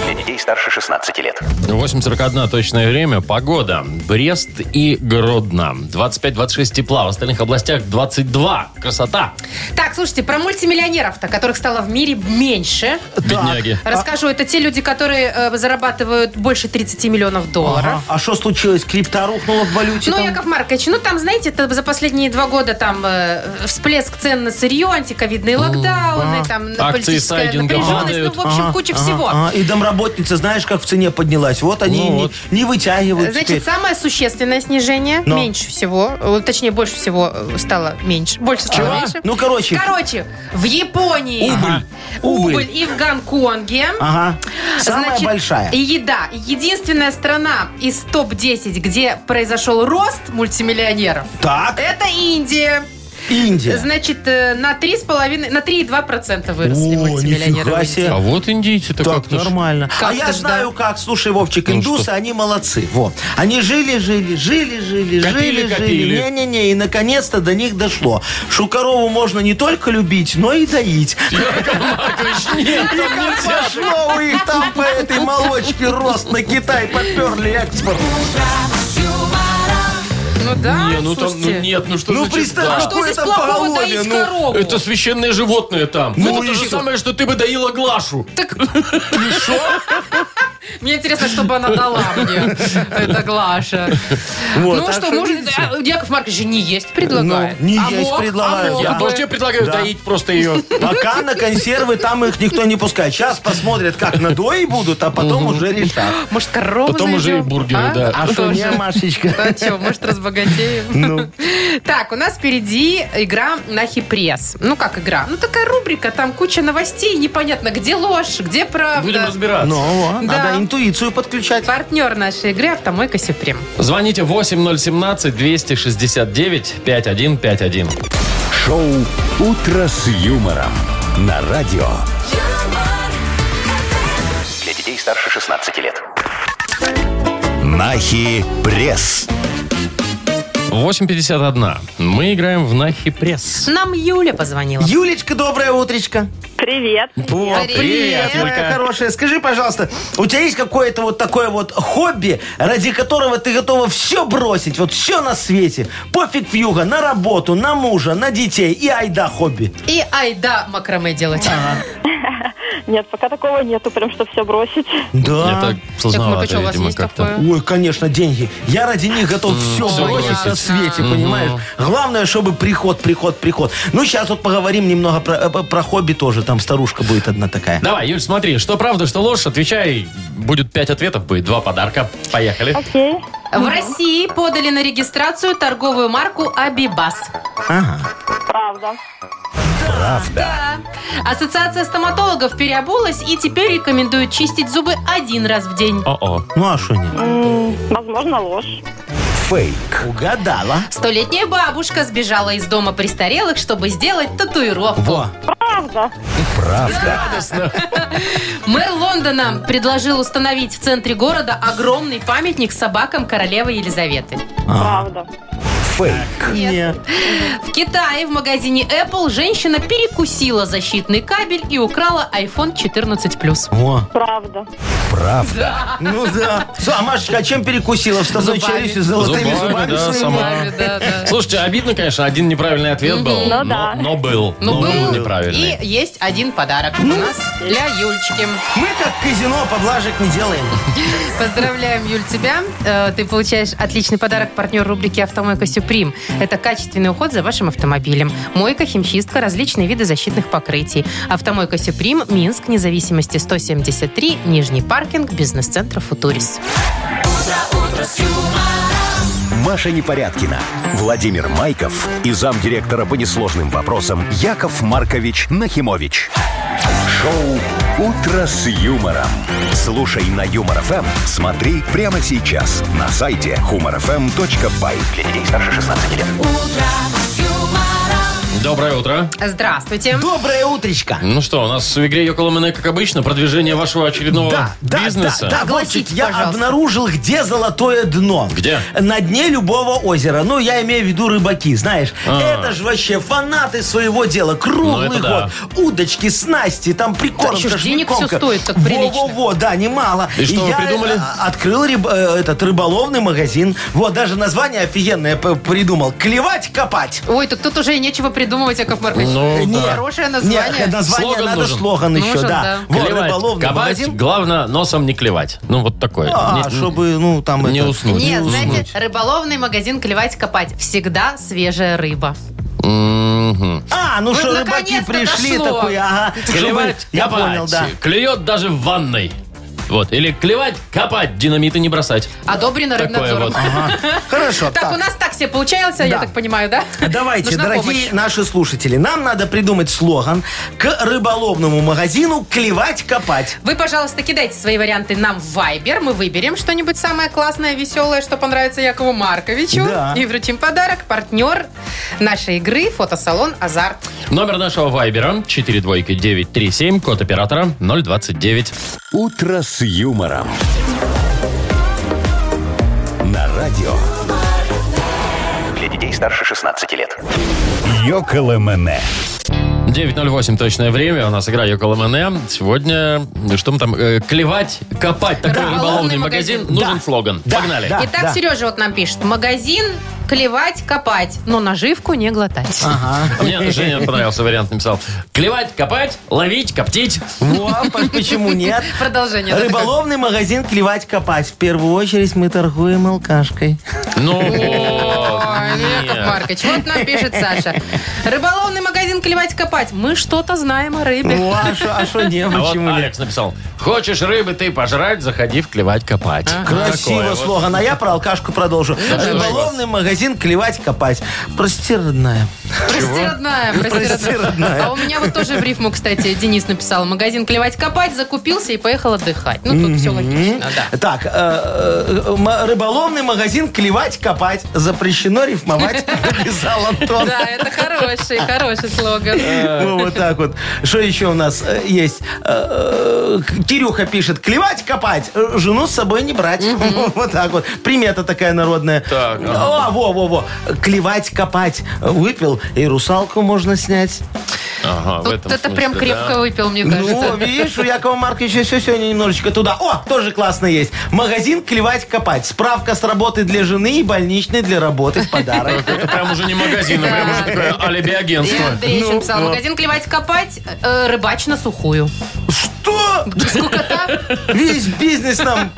[SPEAKER 5] Для детей старше 16 лет.
[SPEAKER 2] 8.41 точное время. Погода. Брест и Гродно. 25-26 тепла. В остальных областях 22. Красота.
[SPEAKER 3] Так, слушайте, про мультимиллионеров-то, которых стало в мире меньше.
[SPEAKER 2] Бедняги.
[SPEAKER 4] А-
[SPEAKER 3] Расскажу, это те люди, которые э, зарабатывают больше 30 миллионов долларов.
[SPEAKER 4] Ага. А что случилось? Крипта рухнула в валюте
[SPEAKER 3] Ну,
[SPEAKER 4] там?
[SPEAKER 3] Яков Маркович, ну там, знаете, это за последние два года там э, всплеск цен на сырье, антиковидные локдауны, там на
[SPEAKER 2] Акции
[SPEAKER 3] политическая
[SPEAKER 2] сайдинга
[SPEAKER 3] напряженность,
[SPEAKER 2] падают.
[SPEAKER 3] ну, в общем,
[SPEAKER 4] Ага,
[SPEAKER 3] куча
[SPEAKER 4] ага,
[SPEAKER 3] всего.
[SPEAKER 4] ага. И домработница, знаешь, как в цене поднялась. Вот они
[SPEAKER 2] Ну
[SPEAKER 4] и не,
[SPEAKER 2] вот.
[SPEAKER 4] не вытягивают
[SPEAKER 3] Значит,
[SPEAKER 4] Ну, теперь.
[SPEAKER 3] самое существенное снижение,
[SPEAKER 4] Но.
[SPEAKER 3] меньше всего, э, точнее, больше всего э, стало меньше. Больше стало
[SPEAKER 4] Чего?
[SPEAKER 3] меньше.
[SPEAKER 4] Ну, короче.
[SPEAKER 3] Короче, в Японии
[SPEAKER 4] Убыль.
[SPEAKER 3] убыль,
[SPEAKER 4] Убыль. А,
[SPEAKER 3] и в Гонконге.
[SPEAKER 4] Ага. Самая
[SPEAKER 3] Значит,
[SPEAKER 4] большая.
[SPEAKER 3] И еда. Единственная страна из топ-10, где произошел рост мультимиллионеров,
[SPEAKER 4] Так,
[SPEAKER 3] это Индия.
[SPEAKER 4] Индия.
[SPEAKER 3] Значит, э, на 3,5, на 3,2% выросли
[SPEAKER 4] О,
[SPEAKER 3] мультимиллионеры. в
[SPEAKER 4] нифига
[SPEAKER 3] Индии.
[SPEAKER 4] себе.
[SPEAKER 2] А вот индийцы-то
[SPEAKER 4] Так,
[SPEAKER 2] как-то... ж-
[SPEAKER 4] нормально. а
[SPEAKER 3] Как-то
[SPEAKER 4] я
[SPEAKER 3] ж,
[SPEAKER 4] знаю как. Слушай, Вовчик,
[SPEAKER 2] Ну,
[SPEAKER 4] индусы,
[SPEAKER 2] что?
[SPEAKER 4] они молодцы. Вот. Они жили, жили, жили, жили,
[SPEAKER 2] Копили,
[SPEAKER 4] жили,
[SPEAKER 2] копили.
[SPEAKER 4] жили. Не-не-не, и наконец-то до них дошло. Что корову можно не только любить, но и доить.
[SPEAKER 2] Маркович, нет,
[SPEAKER 4] И
[SPEAKER 2] так
[SPEAKER 4] как
[SPEAKER 2] нельзя.
[SPEAKER 4] пошло у их там по этой молочке рост на Китай поперли экспорт.
[SPEAKER 3] Ну да,
[SPEAKER 2] Не, ну там,
[SPEAKER 3] слушайте.
[SPEAKER 2] ну нет, ну что
[SPEAKER 4] Ну,
[SPEAKER 2] за
[SPEAKER 4] представь,
[SPEAKER 2] чепуха?
[SPEAKER 3] Что
[SPEAKER 4] какой
[SPEAKER 3] здесь
[SPEAKER 4] там
[SPEAKER 3] плохого
[SPEAKER 4] поголовье,
[SPEAKER 3] доить
[SPEAKER 4] ну?
[SPEAKER 3] корову?
[SPEAKER 2] Это священное животное там.
[SPEAKER 4] Ну
[SPEAKER 2] это
[SPEAKER 4] и
[SPEAKER 2] то же
[SPEAKER 4] что?
[SPEAKER 2] самое, что ты бы доила Глашу.
[SPEAKER 3] Так... Мне интересно, что бы она дала мне, эта Глаша.
[SPEAKER 4] Вот,
[SPEAKER 3] ну
[SPEAKER 4] так
[SPEAKER 3] что,
[SPEAKER 4] что,
[SPEAKER 3] может,
[SPEAKER 4] видите?
[SPEAKER 3] а, Яков Маркович не есть предлагает.
[SPEAKER 4] Ну, не
[SPEAKER 3] А
[SPEAKER 4] есть
[SPEAKER 3] мог,
[SPEAKER 4] предлагает,
[SPEAKER 3] а мог
[SPEAKER 2] Я
[SPEAKER 4] да.
[SPEAKER 3] бы.
[SPEAKER 2] тоже тебе предлагаю
[SPEAKER 4] Да.
[SPEAKER 2] доить просто ее.
[SPEAKER 4] Пока на консервы там их никто не пускает. Сейчас посмотрят, как надои будут, а потом уже решат.
[SPEAKER 3] Может, корову
[SPEAKER 2] Потом уже и
[SPEAKER 3] заведем?
[SPEAKER 2] бургеры,
[SPEAKER 3] А?
[SPEAKER 2] да.
[SPEAKER 4] А
[SPEAKER 3] Ну,
[SPEAKER 4] что, не,
[SPEAKER 3] тоже.
[SPEAKER 4] Машечка?
[SPEAKER 3] А что, может, разбогатеем? Так, у нас впереди игра на хипресс. Ну, как игра? Ну, такая рубрика, там куча новостей, непонятно, где ложь, где
[SPEAKER 2] Будем
[SPEAKER 3] правда.
[SPEAKER 2] разбираться.
[SPEAKER 4] Ну, вот,
[SPEAKER 3] Да.
[SPEAKER 4] надо интуицию подключать.
[SPEAKER 3] Партнер нашей игры «Автомойка Сюприм».
[SPEAKER 2] Звоните 8017-269-5151.
[SPEAKER 1] Шоу «Утро с юмором» на радио.
[SPEAKER 5] Для детей старше 16 лет.
[SPEAKER 1] Нахи пресс.
[SPEAKER 2] 8.51. Мы играем в Нахи Пресс.
[SPEAKER 3] Нам Юля позвонила.
[SPEAKER 4] Юлечка, доброе утречко.
[SPEAKER 6] Привет.
[SPEAKER 2] О,
[SPEAKER 3] Привет,
[SPEAKER 4] Моя хорошая, скажи, пожалуйста, у тебя есть какое-то вот такое вот хобби, ради которого ты готова все бросить, вот все на свете, пофиг вьюга, на работу, на мужа, на детей и айда хобби.
[SPEAKER 3] И айда макраме делать.
[SPEAKER 6] Нет, пока такого нету, прям что все бросить.
[SPEAKER 2] Это сложновато,
[SPEAKER 3] Яков Маркович, у вас
[SPEAKER 2] видимо,
[SPEAKER 3] есть
[SPEAKER 2] как-то.
[SPEAKER 3] такое?
[SPEAKER 4] Ой, конечно, деньги. Я ради них готов все
[SPEAKER 2] всё
[SPEAKER 4] бросить на
[SPEAKER 2] бросить.
[SPEAKER 4] свете,
[SPEAKER 2] Мгм.
[SPEAKER 4] понимаешь? Главное, чтобы приход, приход, приход. Ну, сейчас вот поговорим немного про, э, про хобби тоже. Там старушка будет одна такая.
[SPEAKER 2] Давай, Юль, смотри, что правда, что ложь, отвечай. Будет пять ответов, будет два подарка. Поехали.
[SPEAKER 6] Окей.
[SPEAKER 3] В России подали на регистрацию торговую марку «Абибас».
[SPEAKER 4] Ага.
[SPEAKER 6] Правда.
[SPEAKER 3] Да. Ассоциация стоматологов переобулась и теперь рекомендует чистить зубы один раз в день.
[SPEAKER 2] О-о.
[SPEAKER 4] Ну, а что не?
[SPEAKER 6] Возможно, ложь.
[SPEAKER 1] Фейк.
[SPEAKER 4] Угадала.
[SPEAKER 3] Столетняя бабушка сбежала из дома престарелых, чтобы сделать татуировку.
[SPEAKER 4] Во.
[SPEAKER 6] Правда.
[SPEAKER 3] Мэр Лондона предложил установить в центре города огромный памятник собакам королевы Елизаветы.
[SPEAKER 6] Правда.
[SPEAKER 1] Фейк.
[SPEAKER 4] Не.
[SPEAKER 3] В Китае в магазине Apple женщина перекусила защитный кабель и украла iPhone 14 Plus.
[SPEAKER 4] О.
[SPEAKER 6] Правда.
[SPEAKER 1] Правда.
[SPEAKER 4] Ну да. Слушай, А Машечка, а чем перекусила? Вставной
[SPEAKER 3] Зубами.
[SPEAKER 4] челюстью с золотыми
[SPEAKER 2] Зубами,
[SPEAKER 4] зубами?
[SPEAKER 2] да,
[SPEAKER 4] своими?
[SPEAKER 2] сама.
[SPEAKER 3] Да, да.
[SPEAKER 2] Слушайте, обидно, конечно, один неправильный ответ был.
[SPEAKER 6] Ну да.
[SPEAKER 2] Но был.
[SPEAKER 3] Ну,
[SPEAKER 2] Но
[SPEAKER 3] был.
[SPEAKER 2] неправильный.
[SPEAKER 3] И есть один подарок у нас для Юльчики.
[SPEAKER 4] Мы как казино поблажек не делаем.
[SPEAKER 3] Поздравляем, Юль, тебя. Э, Ты получаешь отличный подарок партнер рубрики «Автомойка Сюприм». Это качественный уход за вашим автомобилем. Мойка, химчистка, различные виды защитных покрытий. Автомойка Сюприм, Минск, независимости 173, Нижний паркинг, бизнес-центр «Футурис».
[SPEAKER 1] Маша Непорядкина, Владимир Майков и замдиректора по несложным вопросам Яков Маркович Нахимович. Шоу «Утро с юмором». Слушай на Юмор ФМ, смотри прямо сейчас на сайте humorfm.by. Для детей старше 16 лет.
[SPEAKER 2] Доброе утро.
[SPEAKER 3] Здравствуйте.
[SPEAKER 4] Доброе утречко.
[SPEAKER 2] Ну что, у нас в игре Йоколо Мене, как обычно, продвижение вашего очередного
[SPEAKER 4] Да, да, да,
[SPEAKER 2] бизнеса.
[SPEAKER 4] да,
[SPEAKER 3] Огласите,
[SPEAKER 4] Вовчик, я
[SPEAKER 3] пожалуйста.
[SPEAKER 4] обнаружил, где золотое дно.
[SPEAKER 2] Где?
[SPEAKER 4] На дне любого озера. Ну, я имею в виду рыбаки, знаешь.
[SPEAKER 2] А.
[SPEAKER 4] Это же вообще фанаты своего дела. Круглый
[SPEAKER 2] Ну,
[SPEAKER 4] год.
[SPEAKER 2] это да.
[SPEAKER 4] Удочки, снасти, там прикормка,
[SPEAKER 3] еще ж денег
[SPEAKER 4] шмакомка.
[SPEAKER 3] всё стоит так прилично.
[SPEAKER 4] Во-во-во, да, немало.
[SPEAKER 2] И что вы
[SPEAKER 4] я,
[SPEAKER 2] придумали?
[SPEAKER 4] э, Открыл рыб- э, этот рыболовный магазин. Вот, даже название офигенное п- придумал. Клевать, копать.
[SPEAKER 3] Ой, так тут уже и нечего придумывать, Яков Маркович. Э,
[SPEAKER 2] Ну,
[SPEAKER 4] Нет.
[SPEAKER 3] Хорошее название.
[SPEAKER 4] Нет, название
[SPEAKER 2] Слоган
[SPEAKER 4] надо
[SPEAKER 2] нужен.
[SPEAKER 4] слоган еще,
[SPEAKER 3] Нужен, да.
[SPEAKER 4] да. Вот,
[SPEAKER 2] Клевать,
[SPEAKER 4] рыболовный
[SPEAKER 2] кабать,
[SPEAKER 4] магазин.
[SPEAKER 2] главное носом не клевать. Ну, вот такое.
[SPEAKER 4] А,
[SPEAKER 2] Не-
[SPEAKER 4] чтобы, ну, там
[SPEAKER 2] не
[SPEAKER 4] это...
[SPEAKER 2] уснуть.
[SPEAKER 3] Нет,
[SPEAKER 2] Не
[SPEAKER 3] знаете,
[SPEAKER 2] уснуть.
[SPEAKER 3] рыболовный магазин «Клевать, копать». Всегда свежая рыба.
[SPEAKER 2] Мгм.
[SPEAKER 4] А, ну
[SPEAKER 3] Вот
[SPEAKER 4] что, рыбаки
[SPEAKER 3] наконец-то
[SPEAKER 4] пришли
[SPEAKER 3] дошло.
[SPEAKER 4] такой, ага. чтобы-
[SPEAKER 2] Клевать,
[SPEAKER 4] Я
[SPEAKER 2] копать.
[SPEAKER 4] понял, да.
[SPEAKER 2] Клюет даже в ванной. Вот. Или клевать, копать, динамиты не бросать.
[SPEAKER 3] Одобрено
[SPEAKER 2] Такое
[SPEAKER 3] рыбнадзором.
[SPEAKER 2] вот.
[SPEAKER 4] Хорошо,
[SPEAKER 3] Так, у нас так себе получается, я
[SPEAKER 4] Да.
[SPEAKER 3] так понимаю, да?
[SPEAKER 4] Давайте,
[SPEAKER 3] Нужна
[SPEAKER 4] дорогие
[SPEAKER 3] помощь.
[SPEAKER 4] наши слушатели, нам надо придумать слоган к рыболовному магазину «Клевать, копать».
[SPEAKER 3] Вы, пожалуйста, кидайте свои варианты нам в Viber. Мы выберем что-нибудь самое классное, веселое, что понравится Якову Марковичу.
[SPEAKER 4] Да.
[SPEAKER 3] И вручим подарок. Партнер нашей игры – фотосалон «Азарт».
[SPEAKER 2] Номер нашего вайбера 42937, код оператора 029.
[SPEAKER 1] «Утро с юмором». На радио
[SPEAKER 5] Для детей старше 16 лет.
[SPEAKER 1] «Йоколэ
[SPEAKER 2] 9.08 точное время. У нас игра Йокола Сегодня, э, что мы там, э, клевать, копать. Такой
[SPEAKER 3] Рыболовный
[SPEAKER 2] рыболовный магазин.
[SPEAKER 3] магазин.
[SPEAKER 2] Нужен
[SPEAKER 4] Да.
[SPEAKER 2] слоган.
[SPEAKER 4] Да,
[SPEAKER 2] Погнали.
[SPEAKER 4] А, да.
[SPEAKER 3] Итак, Сережа вот нам пишет. Магазин «Клевать, копать», но наживку не глотать.
[SPEAKER 2] Мне Женя понравился вариант, написал. Клевать, копать, ловить, коптить.
[SPEAKER 4] Вот, по- почему нет?
[SPEAKER 3] Продолжение. да, такое.
[SPEAKER 4] Рыболовный магазин «Клевать, копать». В первую очередь мы торгуем алкашкой.
[SPEAKER 2] Ну, вот,
[SPEAKER 3] Ой, ну,
[SPEAKER 2] нет.
[SPEAKER 3] Яков Маркович, вот нам пишет Саша. Рыболовный магазин «Клевать, копать». Мы что-то знаем о рыбе.
[SPEAKER 4] О, а шо- а что не,
[SPEAKER 2] А вот
[SPEAKER 4] почему нет?
[SPEAKER 2] Алекс написал, хочешь рыбы ты пожрать, заходи в клевать копать. Такое
[SPEAKER 4] Красиво
[SPEAKER 2] вот.
[SPEAKER 4] слоган, а я про алкашку продолжу. Рыболовный магазин «Клевать, копать». Прости, родная.
[SPEAKER 3] Прости, родная, прости,
[SPEAKER 4] Ну, Прости,
[SPEAKER 3] родная.
[SPEAKER 4] родная.
[SPEAKER 3] А у меня вот тоже в рифму, кстати, Денис написал. Магазин «Клевать, копать» закупился и поехал отдыхать. Ну, тут все логично, да.
[SPEAKER 4] Так, э, э, э, м- рыболовный магазин «Клевать, копать». Запрещено рифмовать, написал Антон.
[SPEAKER 3] Да, это хороший, хороший слоган.
[SPEAKER 4] Ну, вот так вот. Что еще у нас э, есть? Э, э, Кирюха пишет, клевать, копать, э, жену с собой не брать. Вот так вот. Примета такая народная.
[SPEAKER 2] Так,
[SPEAKER 4] О, во, во, во. Клевать, копать. Выпил, и русалку можно снять.
[SPEAKER 2] Ага, в
[SPEAKER 3] Тут
[SPEAKER 2] этом
[SPEAKER 3] это прям
[SPEAKER 2] смысле, да.
[SPEAKER 3] крепко выпил, мне
[SPEAKER 4] Ну,
[SPEAKER 3] кажется.
[SPEAKER 4] видишь, у Якова Марковича все сегодня немножечко туда. О, тоже классно есть. Магазин «Клевать, копать». Справка с работы для жены и больничный для работы в подарок.
[SPEAKER 2] Это прям уже не магазин, а прям уже такое
[SPEAKER 3] И
[SPEAKER 2] алиби-агентство.
[SPEAKER 3] Андрей
[SPEAKER 4] Ну,
[SPEAKER 3] еще написал. Магазин «Клевать, копать», э, рыбач на сухую.
[SPEAKER 4] Что?
[SPEAKER 3] Сколько-то?
[SPEAKER 4] Весь бизнес нам.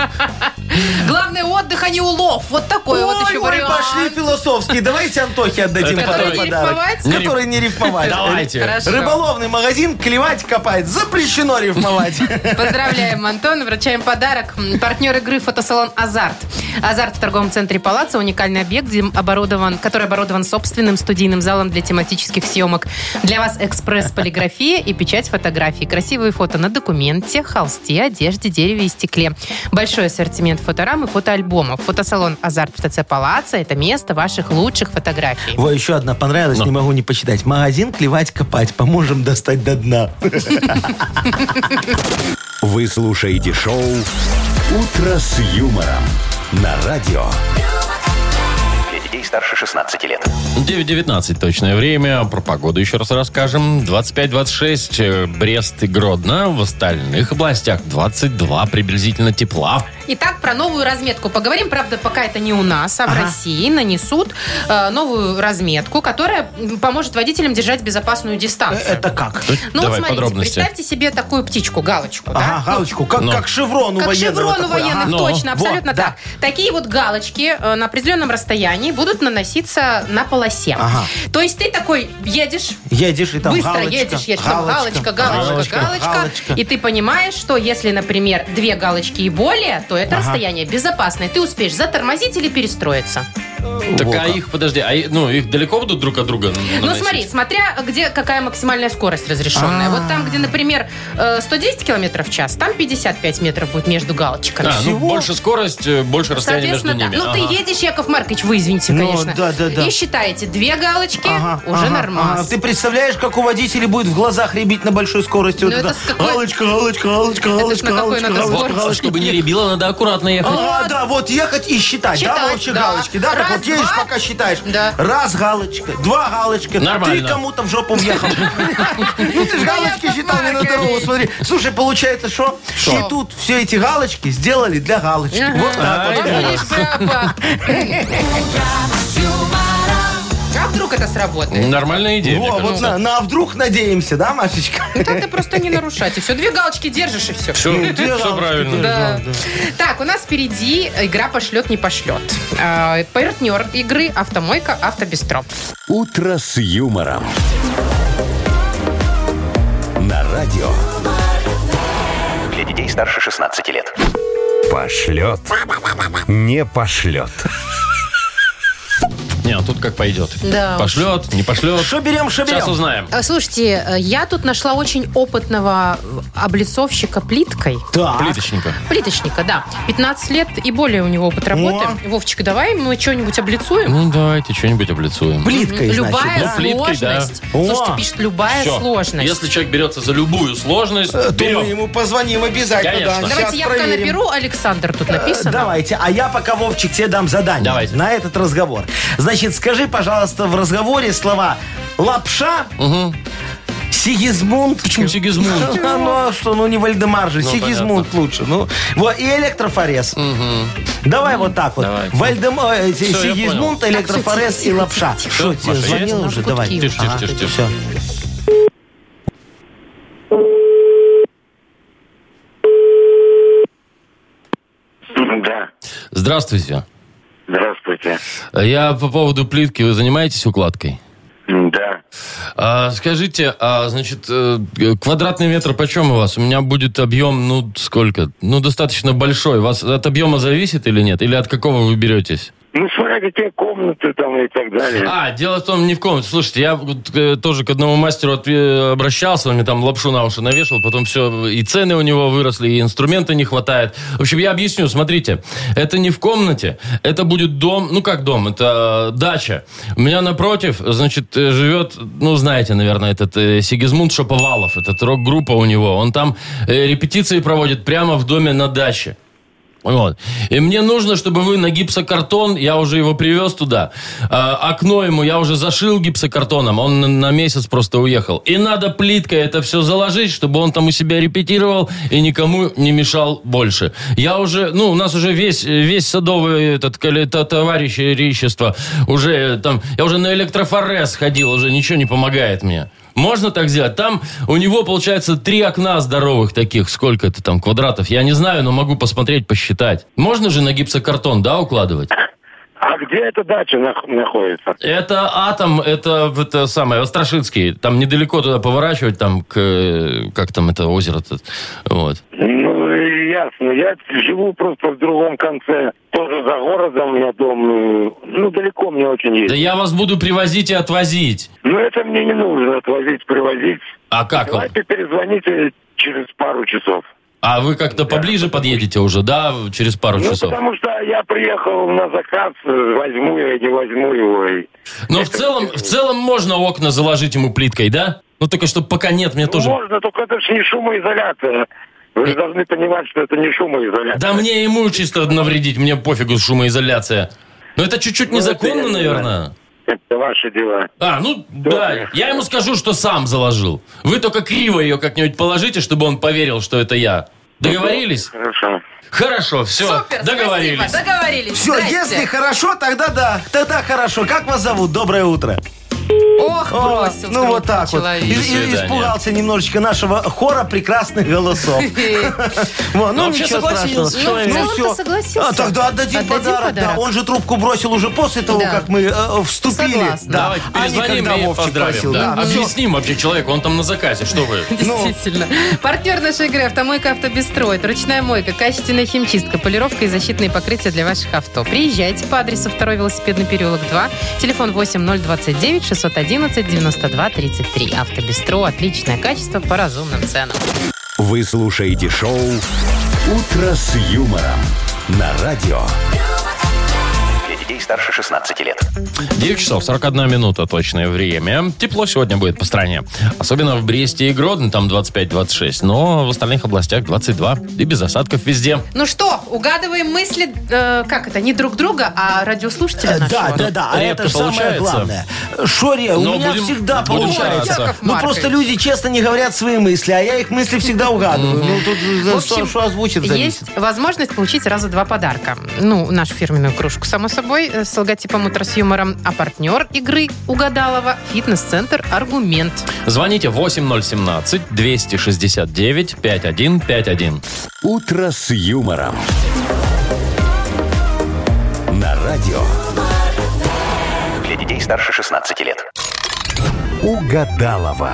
[SPEAKER 3] Главное отдых, а не улов. Вот такой вот
[SPEAKER 4] Ой,
[SPEAKER 3] еще
[SPEAKER 4] ой,
[SPEAKER 3] вариант.
[SPEAKER 4] пошли философские. Давайте Антохе отдадим
[SPEAKER 2] Это
[SPEAKER 4] потом
[SPEAKER 2] который
[SPEAKER 3] не
[SPEAKER 4] подарок.
[SPEAKER 3] рифмовать?
[SPEAKER 2] Не
[SPEAKER 4] Который не рифмовать.
[SPEAKER 2] Давайте.
[SPEAKER 3] Хорошо.
[SPEAKER 4] Рыболовный магазин «Клевать, копать». Запрещено рифмовать.
[SPEAKER 3] Поздравляем, Антон. Вручаем подарок. М, Партнер игры фотосалон «Азарт». «Азарт» в торговом центре «Палаца» – уникальный объект, где оборудован, который оборудован собственным студийным залом для тематических съемок. Для вас экспресс-полиграфия и печать фотографий. Красивые фото на документе, холсте, одежде, дереве и стекле. Большой ассортимент фоторам и фотоальбомов. Фотосалон «Азарт» в ТЦ «Палаца» – это место ваших лучших фотографий.
[SPEAKER 4] Во, еще одна понравилась, не могу не почитать. Магазин «Клевать, копать». Поможем достать до дна.
[SPEAKER 1] Вы слушаете шоу «Утро с юмором» на радио
[SPEAKER 5] Для детей детей старше 16 лет.
[SPEAKER 2] 9.19 точное время. Про погоду еще раз расскажем. 25-26 э, Брест и Гродно. В остальных областях 22 приблизительно тепла.
[SPEAKER 3] Итак, про новую разметку поговорим. Правда, пока это не у нас, а в России нанесут э, новую разметку, которая м, поможет водителям держать безопасную дистанцию.
[SPEAKER 4] Э, Это как?
[SPEAKER 3] Ну,
[SPEAKER 2] Давай
[SPEAKER 3] вот смотрите,
[SPEAKER 2] подробности.
[SPEAKER 3] представьте себе такую птичку, галочку, да?
[SPEAKER 4] Ага, галочку, как,
[SPEAKER 2] Ну.
[SPEAKER 4] как шеврон у
[SPEAKER 3] Как
[SPEAKER 4] военного.
[SPEAKER 3] шеврон у
[SPEAKER 4] такой, ага.
[SPEAKER 3] военных,
[SPEAKER 2] Ну,
[SPEAKER 3] точно,
[SPEAKER 4] вот,
[SPEAKER 3] абсолютно
[SPEAKER 4] да.
[SPEAKER 3] так. Такие вот галочки э, на определенном расстоянии будут наноситься на полосе.
[SPEAKER 4] Ага.
[SPEAKER 3] То есть ты такой едешь,
[SPEAKER 4] Едешь и там
[SPEAKER 3] быстро
[SPEAKER 4] галочка,
[SPEAKER 3] едешь, едешь, там галочка, галочка, галочка,
[SPEAKER 4] галочка.
[SPEAKER 3] И ты понимаешь, что если, например, две галочки и более, то это
[SPEAKER 4] Ага.
[SPEAKER 3] расстояние безопасное. Ты успеешь затормозить или перестроиться.
[SPEAKER 2] Так
[SPEAKER 4] Во
[SPEAKER 2] а
[SPEAKER 4] как.
[SPEAKER 2] их, подожди, а и- ну их далеко будут друг от друга
[SPEAKER 3] Ну смотри, смотря где какая максимальная скорость
[SPEAKER 4] А.
[SPEAKER 3] разрешенная. Вот там, где, например, э, 110 километров в час, там 55 метров будет между галочками.
[SPEAKER 2] А, ну,
[SPEAKER 4] всего.
[SPEAKER 2] больше скорость, э, больше расстояние между
[SPEAKER 3] Соответственно, да.
[SPEAKER 2] ними.
[SPEAKER 3] Ну,
[SPEAKER 2] Ага.
[SPEAKER 3] ты едешь, Яков Маркович, вы извините,
[SPEAKER 4] Ну,
[SPEAKER 3] конечно.
[SPEAKER 4] да, да, да.
[SPEAKER 3] И считаете, две галочки
[SPEAKER 4] Ага,
[SPEAKER 3] уже
[SPEAKER 4] ага,
[SPEAKER 3] нормально.
[SPEAKER 4] ага. Ты представляешь, как у водителя будет в глазах ребить на большой скорости? вот
[SPEAKER 3] Ну, это
[SPEAKER 4] это
[SPEAKER 3] с какой-
[SPEAKER 4] Галочка, галочка, галочка, галочка,
[SPEAKER 3] на какой
[SPEAKER 4] галочка,
[SPEAKER 3] надо
[SPEAKER 4] галочка,
[SPEAKER 3] скорости?
[SPEAKER 4] галочка.
[SPEAKER 2] Чтобы не ребило, надо аккуратно ехать.
[SPEAKER 4] Ага, да, вот ехать и считать, да,
[SPEAKER 3] Считать,
[SPEAKER 4] вообще
[SPEAKER 3] да.
[SPEAKER 4] галочки, да, так
[SPEAKER 3] Раз,
[SPEAKER 4] вот едешь,
[SPEAKER 3] два.
[SPEAKER 4] пока считаешь.
[SPEAKER 3] Да.
[SPEAKER 4] Раз галочка, два галочка,
[SPEAKER 2] Нормально.
[SPEAKER 4] ты кому-то в жопу въехал. Ну ты же галочки
[SPEAKER 3] Яков
[SPEAKER 4] считал не на
[SPEAKER 3] Маркович.
[SPEAKER 4] дорогу, смотри. Слушай, получается, что? И тут все эти галочки сделали для галочки.
[SPEAKER 3] Ага.
[SPEAKER 4] Вот так
[SPEAKER 3] Вот
[SPEAKER 4] вот.
[SPEAKER 3] ты лишь права. А вдруг это сработает?
[SPEAKER 2] Нормальная идея. мне
[SPEAKER 4] Во,
[SPEAKER 2] кажется.
[SPEAKER 4] вот на, на а вдруг надеемся, да, Машечка?
[SPEAKER 3] Ну, Так ты просто не нарушать. И все, две галочки держишь, и все.
[SPEAKER 2] Все,
[SPEAKER 4] две галочки
[SPEAKER 2] правильно.
[SPEAKER 4] держишь.
[SPEAKER 3] Да. Так, у нас впереди игра пошлет, не пошлет. А, Партнер игры Автомойка Автобестро.
[SPEAKER 1] «Утро с юмором». На радио
[SPEAKER 5] Для детей старше 16 лет.
[SPEAKER 8] Пошлет. Не пошлет.
[SPEAKER 2] Не, ну тут как пойдет.
[SPEAKER 3] Да
[SPEAKER 2] Пошлет, не пошлет.
[SPEAKER 4] Что берем, что
[SPEAKER 2] Сейчас
[SPEAKER 4] берем?
[SPEAKER 2] узнаем.
[SPEAKER 3] А, Слушайте, э, я тут нашла очень опытного облицовщика плиткой.
[SPEAKER 4] Так.
[SPEAKER 2] Плиточника.
[SPEAKER 3] Плиточника, да. 15 лет и более у него опыт работы. Вовчик, давай мы что-нибудь облицуем.
[SPEAKER 2] Ну, давайте что-нибудь облицуем.
[SPEAKER 4] Плиткой,
[SPEAKER 3] любая
[SPEAKER 4] значит, да?
[SPEAKER 2] Ну, плиткой, да.
[SPEAKER 3] сложность.
[SPEAKER 4] О.
[SPEAKER 3] Слушайте, пишет, любая
[SPEAKER 2] Всё.
[SPEAKER 3] сложность.
[SPEAKER 2] Если человек берется за любую сложность,
[SPEAKER 4] То мы
[SPEAKER 2] берем.
[SPEAKER 4] ему позвоним обязательно.
[SPEAKER 2] Конечно.
[SPEAKER 4] Да,
[SPEAKER 3] Давайте я
[SPEAKER 4] Сейчас
[SPEAKER 3] пока
[SPEAKER 4] проверим. Э,
[SPEAKER 3] наберу. Александр тут написано.
[SPEAKER 4] Давайте. А я пока, Вовчик, тебе дам задание
[SPEAKER 2] Давайте.
[SPEAKER 4] на этот разговор. Значит, скажи, пожалуйста, в разговоре слова «лапша»,
[SPEAKER 2] Мгм.
[SPEAKER 4] «сигизмунд».
[SPEAKER 2] Почему Сигизмунд?
[SPEAKER 4] Ну, ну, а что, ну не Вальдемар же,
[SPEAKER 2] Ну,
[SPEAKER 4] Сигизмунд лучше. Ну, вот, и электрофорез. Давай вот так вот.
[SPEAKER 2] Давай.
[SPEAKER 4] Вальдем... э, э,
[SPEAKER 2] я
[SPEAKER 4] Сигизмунд,
[SPEAKER 3] понял.
[SPEAKER 4] электрофорез
[SPEAKER 3] Так, всё,
[SPEAKER 4] и
[SPEAKER 3] тихо,
[SPEAKER 4] лапша.
[SPEAKER 3] тихо,
[SPEAKER 4] Что,
[SPEAKER 2] тихо.
[SPEAKER 4] тебе
[SPEAKER 2] Маша,
[SPEAKER 4] звонил
[SPEAKER 3] есть?
[SPEAKER 4] уже?
[SPEAKER 3] Нас
[SPEAKER 4] Давай.
[SPEAKER 3] гудки.
[SPEAKER 2] Тише, тише,
[SPEAKER 4] Ага,
[SPEAKER 2] тише, тише.
[SPEAKER 4] всё.
[SPEAKER 7] Да,
[SPEAKER 2] Здравствуйте.
[SPEAKER 7] здравствуйте.
[SPEAKER 2] Я по поводу плитки. Вы занимаетесь укладкой?
[SPEAKER 7] Да,
[SPEAKER 2] А, скажите, а, значит, э, квадратный метр почем у вас? У меня будет объем, ну, сколько? Ну, достаточно большой. Вас от объема зависит или нет? Или от какого вы беретесь?
[SPEAKER 7] ну смотря какие комнаты там и так далее.
[SPEAKER 2] А, дело в том, не в комнате. Слушайте, я вот, э, тоже к одному мастеру от- э, обращался, он мне там лапшу на уши навешал, потом все, и цены у него выросли, и инструмента не хватает. В общем, я объясню, смотрите, это не в комнате, это будет дом, ну как дом, это э, дача. У меня напротив, значит, э, живет, ну знаете, наверное, этот э, Сигизмунд Шаповалов, этот рок-группа у него, он там э, репетиции проводит прямо в доме на даче. Вот. И мне нужно, чтобы вы на гипсокартон, я уже его привез туда, а, окно ему я уже зашил гипсокартоном, он на, на месяц просто уехал. И надо плиткой это все заложить, чтобы он там у себя репетировал и никому не мешал больше. Я уже, ну, у нас уже весь, весь садовый этот коли- та- товарищество уже э, там, я уже на электрофорез ходил, уже ничего не помогает мне. Можно так сделать? Там у него, получается, три окна здоровых таких. Сколько это там квадратов? Я не знаю, но могу посмотреть, посчитать. Можно же на гипсокартон, да, укладывать?
[SPEAKER 7] А где эта дача нах- находится?
[SPEAKER 2] Это атом, это, это самое, Острашицкий. Там недалеко туда поворачивать, там, к, э, как там это озеро-то. Вот.
[SPEAKER 7] Ну, ясно. Я живу просто в другом конце. Тоже за городом у меня дом. э, Ну, далеко мне очень
[SPEAKER 2] Да
[SPEAKER 7] есть.
[SPEAKER 2] я вас буду привозить и отвозить.
[SPEAKER 7] Но это мне не нужно отвозить, привозить.
[SPEAKER 2] А как? вам?
[SPEAKER 7] Давайте перезвоните через пару часов.
[SPEAKER 2] А вы как-то поближе подъедете уже, да, через пару
[SPEAKER 7] Ну,
[SPEAKER 2] часов?
[SPEAKER 7] потому что я приехал на заказ, э, возьму я, не возьму его. и-
[SPEAKER 2] Но в целом, в целом можно окна заложить ему плиткой, да? Ну, только чтобы пока нет, мне тоже...
[SPEAKER 7] Можно, только это же не шумоизоляция. Вы же должны понимать, что это не шумоизоляция.
[SPEAKER 2] Да мне ему чисто навредить, мне пофигу шумоизоляция. Но это чуть-чуть
[SPEAKER 7] Ну, это я
[SPEAKER 2] незаконно,
[SPEAKER 7] не
[SPEAKER 2] наверное.
[SPEAKER 7] Это ваши дела.
[SPEAKER 2] А, ну да.
[SPEAKER 7] Да.
[SPEAKER 2] Я ему скажу, что сам заложил. Вы только криво ее как-нибудь положите, чтобы он поверил, что это я. Договорились?
[SPEAKER 7] Хорошо.
[SPEAKER 2] Хорошо, все.
[SPEAKER 3] Супер,
[SPEAKER 2] договорились.
[SPEAKER 3] спасибо, договорились.
[SPEAKER 4] Все,
[SPEAKER 3] Здрасте.
[SPEAKER 4] если хорошо, тогда да. Тогда хорошо. Как вас зовут? Доброе утро.
[SPEAKER 3] Ох,
[SPEAKER 4] О,
[SPEAKER 3] бросил.
[SPEAKER 4] ну вот так вот.
[SPEAKER 3] человек.
[SPEAKER 4] И- и-
[SPEAKER 2] До свидания.
[SPEAKER 4] испугался немножечко нашего хора прекрасных голосов.
[SPEAKER 2] Ну,
[SPEAKER 4] Во, Ну,
[SPEAKER 2] вообще
[SPEAKER 4] ничего
[SPEAKER 2] согласился
[SPEAKER 4] страшного.
[SPEAKER 2] человек.
[SPEAKER 4] Ну,
[SPEAKER 3] Ну,
[SPEAKER 4] всё.
[SPEAKER 3] он-то согласился.
[SPEAKER 4] А, Тогда отдадим
[SPEAKER 3] Отдадим
[SPEAKER 4] подарок.
[SPEAKER 3] подарок.
[SPEAKER 4] Да, он же трубку бросил уже после того,
[SPEAKER 3] Да.
[SPEAKER 4] как мы э, вступили.
[SPEAKER 3] Согласна. Ну,
[SPEAKER 4] Да.
[SPEAKER 2] Давайте
[SPEAKER 4] А не
[SPEAKER 2] перезвоним
[SPEAKER 4] когда
[SPEAKER 2] и
[SPEAKER 4] Вовчик
[SPEAKER 2] поздравим.
[SPEAKER 4] просил.
[SPEAKER 2] да.
[SPEAKER 4] да. А всё.
[SPEAKER 2] Объясним вообще человеку, он там на заказе, что вы.
[SPEAKER 4] Ну.
[SPEAKER 3] Действительно. Партнер нашей игры «Автомойка Автобестрой». Ручная мойка, качественная химчистка, полировка и защитные покрытия для ваших авто. Приезжайте по адресу 2 велосипедный переулок 2, телефон 8029 611 92 33. Автобестро. Отличное качество по разумным ценам.
[SPEAKER 1] Вы слушаете шоу «Утро с юмором» на радио.
[SPEAKER 5] Для детей старше 16 лет.
[SPEAKER 2] 9 часов 41 минута точное время. Тепло сегодня будет по стране. Особенно в Бресте и Гродно, там 25-26. Но в остальных областях 22. И без осадков везде.
[SPEAKER 3] Ну что, угадываем мысли, э, как это, не друг друга, а радиослушателя нашего.
[SPEAKER 4] Да, да, да, а
[SPEAKER 2] Редко
[SPEAKER 4] это же самое
[SPEAKER 2] получается.
[SPEAKER 4] главное. Шоре,
[SPEAKER 2] Но
[SPEAKER 4] у меня
[SPEAKER 2] будем-
[SPEAKER 4] всегда
[SPEAKER 2] будем
[SPEAKER 4] получается.
[SPEAKER 2] стараться.
[SPEAKER 4] ну просто люди честно не говорят свои мысли, а я их мысли всегда угадываю. Ну тут
[SPEAKER 3] В
[SPEAKER 4] за
[SPEAKER 3] общем,
[SPEAKER 4] что, что озвучит, зависит.
[SPEAKER 3] Есть возможность получить сразу два подарка. Ну, нашу фирменную кружку, само собой, э, с логотипом «Утро с юмором», а партнер игры «Угадалова» – фитнес-центр «Аргумент».
[SPEAKER 2] Звоните 8017-269-5151.
[SPEAKER 1] «Утро с юмором». На радио
[SPEAKER 5] Для детей старше 16 лет.
[SPEAKER 1] «Угадалова».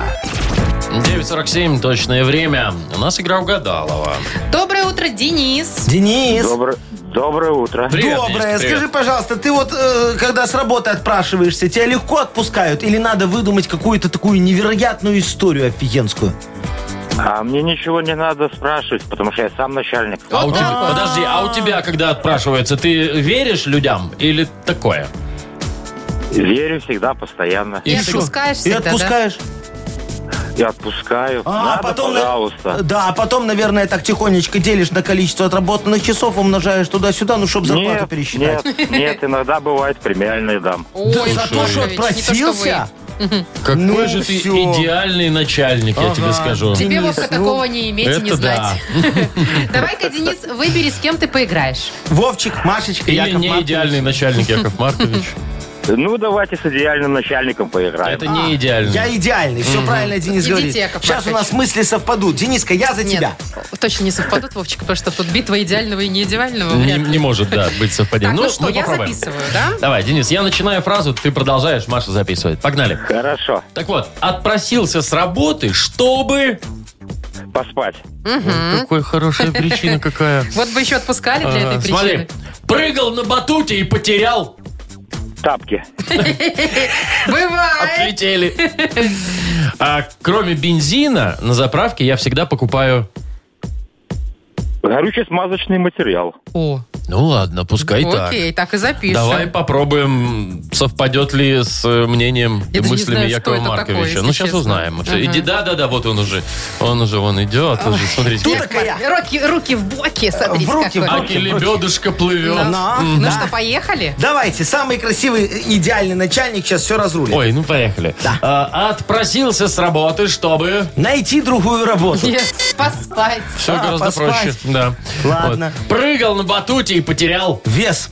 [SPEAKER 2] 9.47 точное время. У нас игра угадалова.
[SPEAKER 3] Доброе утро, Денис.
[SPEAKER 4] Денис.
[SPEAKER 7] Доброе, доброе утро.
[SPEAKER 2] Привет,
[SPEAKER 4] Доброе.
[SPEAKER 2] Денис, привет.
[SPEAKER 4] Скажи, пожалуйста, ты вот, э, когда с работы отпрашиваешься, тебя легко отпускают или надо выдумать какую-то такую невероятную историю офигенскую?
[SPEAKER 7] А мне ничего не надо спрашивать, потому что я сам начальник.
[SPEAKER 2] А у тебя- подожди, а у тебя, когда отпрашивается, ты веришь людям или такое?
[SPEAKER 7] Верю всегда, постоянно.
[SPEAKER 3] И,
[SPEAKER 2] И что?
[SPEAKER 3] отпускаешь
[SPEAKER 4] И
[SPEAKER 3] всегда, да?
[SPEAKER 4] отпускаешь?
[SPEAKER 7] И отпускаю.
[SPEAKER 4] А,
[SPEAKER 7] Надо,
[SPEAKER 4] потом, на-
[SPEAKER 7] пожалуйста.
[SPEAKER 4] Да, а потом, наверное, так тихонечко делишь на количество отработанных часов, умножаешь туда-сюда, ну, чтобы зарплату
[SPEAKER 7] Нет,
[SPEAKER 4] пересчитать.
[SPEAKER 7] нет, нет, иногда бывает премиальные дам.
[SPEAKER 3] Ой,
[SPEAKER 4] Да за то,
[SPEAKER 3] Яков Маркович,
[SPEAKER 4] что
[SPEAKER 3] не то, что вы.
[SPEAKER 4] отпросился?
[SPEAKER 2] Какой
[SPEAKER 4] Ну,
[SPEAKER 2] же ты
[SPEAKER 4] всё.
[SPEAKER 2] идеальный начальник, я
[SPEAKER 4] Ага.
[SPEAKER 2] тебе скажу.
[SPEAKER 4] Тебе
[SPEAKER 3] Тебе,
[SPEAKER 4] Денис,
[SPEAKER 3] Вовка,
[SPEAKER 4] ну,
[SPEAKER 3] такого не иметь и не
[SPEAKER 2] это да.
[SPEAKER 3] знать. Давай-ка, Денис, выбери, с кем ты поиграешь.
[SPEAKER 4] Вовчик, Машечка,
[SPEAKER 2] Или
[SPEAKER 4] Яков
[SPEAKER 2] не
[SPEAKER 4] Маркович.
[SPEAKER 2] идеальный начальник Яков Маркович.
[SPEAKER 7] Ну, давайте с идеальным начальником поиграем.
[SPEAKER 2] Это не идеальный.
[SPEAKER 4] А, Я идеальный. Все правильно Денис
[SPEAKER 3] Идите,
[SPEAKER 4] говорит.
[SPEAKER 3] Яков
[SPEAKER 4] Сейчас у
[SPEAKER 3] Маркович.
[SPEAKER 4] нас мысли совпадут. Дениска, я за тебя.
[SPEAKER 3] Нет, точно не совпадут, Вовчик, потому что тут битва идеального и неидеального.
[SPEAKER 2] Не,
[SPEAKER 3] вряд ли.
[SPEAKER 2] не может, да, быть
[SPEAKER 3] Так,
[SPEAKER 2] совпадение.
[SPEAKER 3] ну, что,
[SPEAKER 2] мы
[SPEAKER 3] я
[SPEAKER 2] попробуем.
[SPEAKER 3] записываю, да?
[SPEAKER 2] Давай, Денис, я начинаю фразу, ты продолжаешь, Маша записывает. Погнали.
[SPEAKER 7] Хорошо,
[SPEAKER 2] Так вот, отпросился с работы, чтобы...
[SPEAKER 7] поспать.
[SPEAKER 2] Какая хорошая причина какая.
[SPEAKER 3] Вот бы еще отпускали для этой
[SPEAKER 2] А, Смотри,
[SPEAKER 3] причины.
[SPEAKER 2] прыгал на батуте и потерял.
[SPEAKER 7] Тапки.
[SPEAKER 3] Бывает.
[SPEAKER 2] Отлетели. А кроме бензина, на заправке я всегда покупаю...
[SPEAKER 7] Горючий смазочный материал.
[SPEAKER 3] О,
[SPEAKER 2] Ну ладно, пускай так.
[SPEAKER 3] Окей, так и запишем.
[SPEAKER 2] Давай попробуем, совпадет ли с э, мнением и
[SPEAKER 3] Я даже не
[SPEAKER 2] мыслями
[SPEAKER 3] знаю, что
[SPEAKER 2] Якова
[SPEAKER 3] это такое,
[SPEAKER 2] Марковича.
[SPEAKER 3] если
[SPEAKER 2] ну, сейчас
[SPEAKER 3] честно.
[SPEAKER 2] узнаем. Вот,
[SPEAKER 3] Ага.
[SPEAKER 2] Иди, да, да, да, вот он уже. Он уже вон идет. Уже, смотрите. А
[SPEAKER 4] Тут такая.
[SPEAKER 3] Руки, руки в боки, смотрите.
[SPEAKER 4] В руки, в
[SPEAKER 3] какой.
[SPEAKER 4] руки.
[SPEAKER 2] Аки лебедушка плывет.
[SPEAKER 4] На,
[SPEAKER 3] Ну
[SPEAKER 4] да.
[SPEAKER 3] что, поехали?
[SPEAKER 4] Давайте, самый красивый, э, идеальный начальник сейчас все разрулит.
[SPEAKER 2] Ой, ну поехали. А, отпросился с работы, чтобы.
[SPEAKER 4] Найти другую работу.
[SPEAKER 3] Нет, поспать.
[SPEAKER 2] Все
[SPEAKER 4] А,
[SPEAKER 2] гораздо
[SPEAKER 4] поспать.
[SPEAKER 2] проще. Да.
[SPEAKER 4] Ладно.
[SPEAKER 2] Вот. Прыгал на батуте и потерял.
[SPEAKER 4] Вес.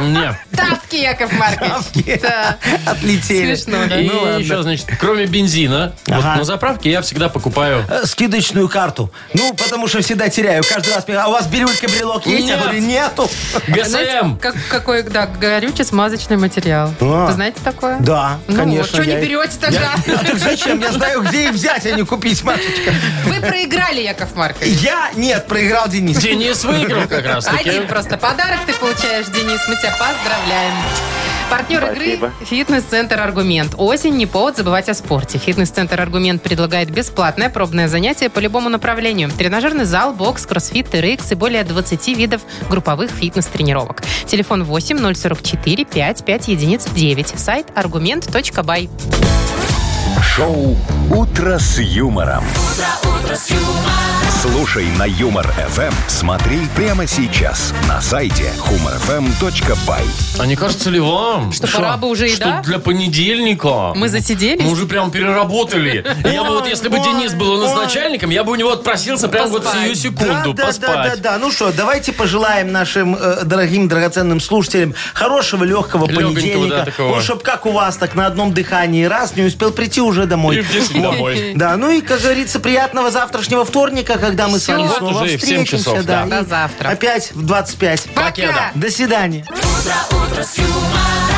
[SPEAKER 2] Мне.
[SPEAKER 3] Тапки, Яков Маркович. Да.
[SPEAKER 4] Отлетели.
[SPEAKER 3] Смешно, да?
[SPEAKER 2] И
[SPEAKER 4] Ну ладно.
[SPEAKER 2] еще, значит, кроме бензина, вот
[SPEAKER 4] Ага.
[SPEAKER 2] на заправке я всегда покупаю.
[SPEAKER 4] Э, Скидочную карту. Ну, потому что всегда теряю. Каждый раз мне, а у вас бирюлька брелок есть?
[SPEAKER 2] Нет.
[SPEAKER 4] Я говорю, нету.
[SPEAKER 3] А,
[SPEAKER 2] ГСМ.
[SPEAKER 3] Ну, Как, какой, да, горючий смазочный материал.
[SPEAKER 4] А.
[SPEAKER 3] Вы знаете такое?
[SPEAKER 4] Да,
[SPEAKER 3] Ну
[SPEAKER 4] конечно.
[SPEAKER 3] вот, что
[SPEAKER 4] я
[SPEAKER 3] не
[SPEAKER 4] и-
[SPEAKER 3] берете тогда?
[SPEAKER 4] А так зачем? Я знаю, где их взять, а не купить, Машечка.
[SPEAKER 3] Вы проиграли, Яков Маркович.
[SPEAKER 4] Я нет, проиграл Денис.
[SPEAKER 2] Денис выиграл как раз таки.
[SPEAKER 3] Один просто подарок ты получаешь, Денис. Мы тебя поздравляем. Партнер игры
[SPEAKER 7] Спасибо.
[SPEAKER 3] «Фитнес-центр Аргумент». Осень не повод забывать о спорте. «Фитнес-центр Аргумент» предлагает бесплатное пробное занятие по любому направлению. Тренажерный зал, бокс, кроссфит, TRX и более 20 видов групповых фитнес-тренировок. Телефон 8 044 55 единиц 9. Сайт аргумент.бай.
[SPEAKER 1] Шоу «Утро с юмором».
[SPEAKER 9] утро,
[SPEAKER 1] Слушай на Юмор ФМ. Смотри прямо сейчас на сайте humorfm.by.
[SPEAKER 2] А не кажется ли вам,
[SPEAKER 3] Что пора бы уже и
[SPEAKER 2] что
[SPEAKER 3] да?
[SPEAKER 2] для понедельника
[SPEAKER 3] Мы засиделись?
[SPEAKER 2] Мы уже прям переработали. Я бы вот, если бы Денис был у нас начальником, я бы у него отпросился прямо вот
[SPEAKER 3] Поспать.
[SPEAKER 2] сию секунду
[SPEAKER 4] да, да, да, да,
[SPEAKER 2] поспать.
[SPEAKER 4] да. Ну что, давайте пожелаем нашим э, дорогим, драгоценным слушателям хорошего, легкого
[SPEAKER 2] Легонького, да,
[SPEAKER 4] понедельника.
[SPEAKER 2] такого.
[SPEAKER 4] чтобы как у вас, так на одном дыхании раз не успел прийти уже
[SPEAKER 2] И
[SPEAKER 4] домой.
[SPEAKER 2] в 10 домой.
[SPEAKER 4] Да, ну и, как говорится, приятного завтрашнего вторника, когда мы с
[SPEAKER 3] Всё.
[SPEAKER 4] вами
[SPEAKER 3] Вот
[SPEAKER 4] снова
[SPEAKER 2] уже и в семь
[SPEAKER 4] встретимся.
[SPEAKER 2] часов, да.
[SPEAKER 4] и
[SPEAKER 3] До завтра.
[SPEAKER 4] Опять в 25.
[SPEAKER 3] Пока.
[SPEAKER 4] До свидания.
[SPEAKER 9] утро, утро с юмором.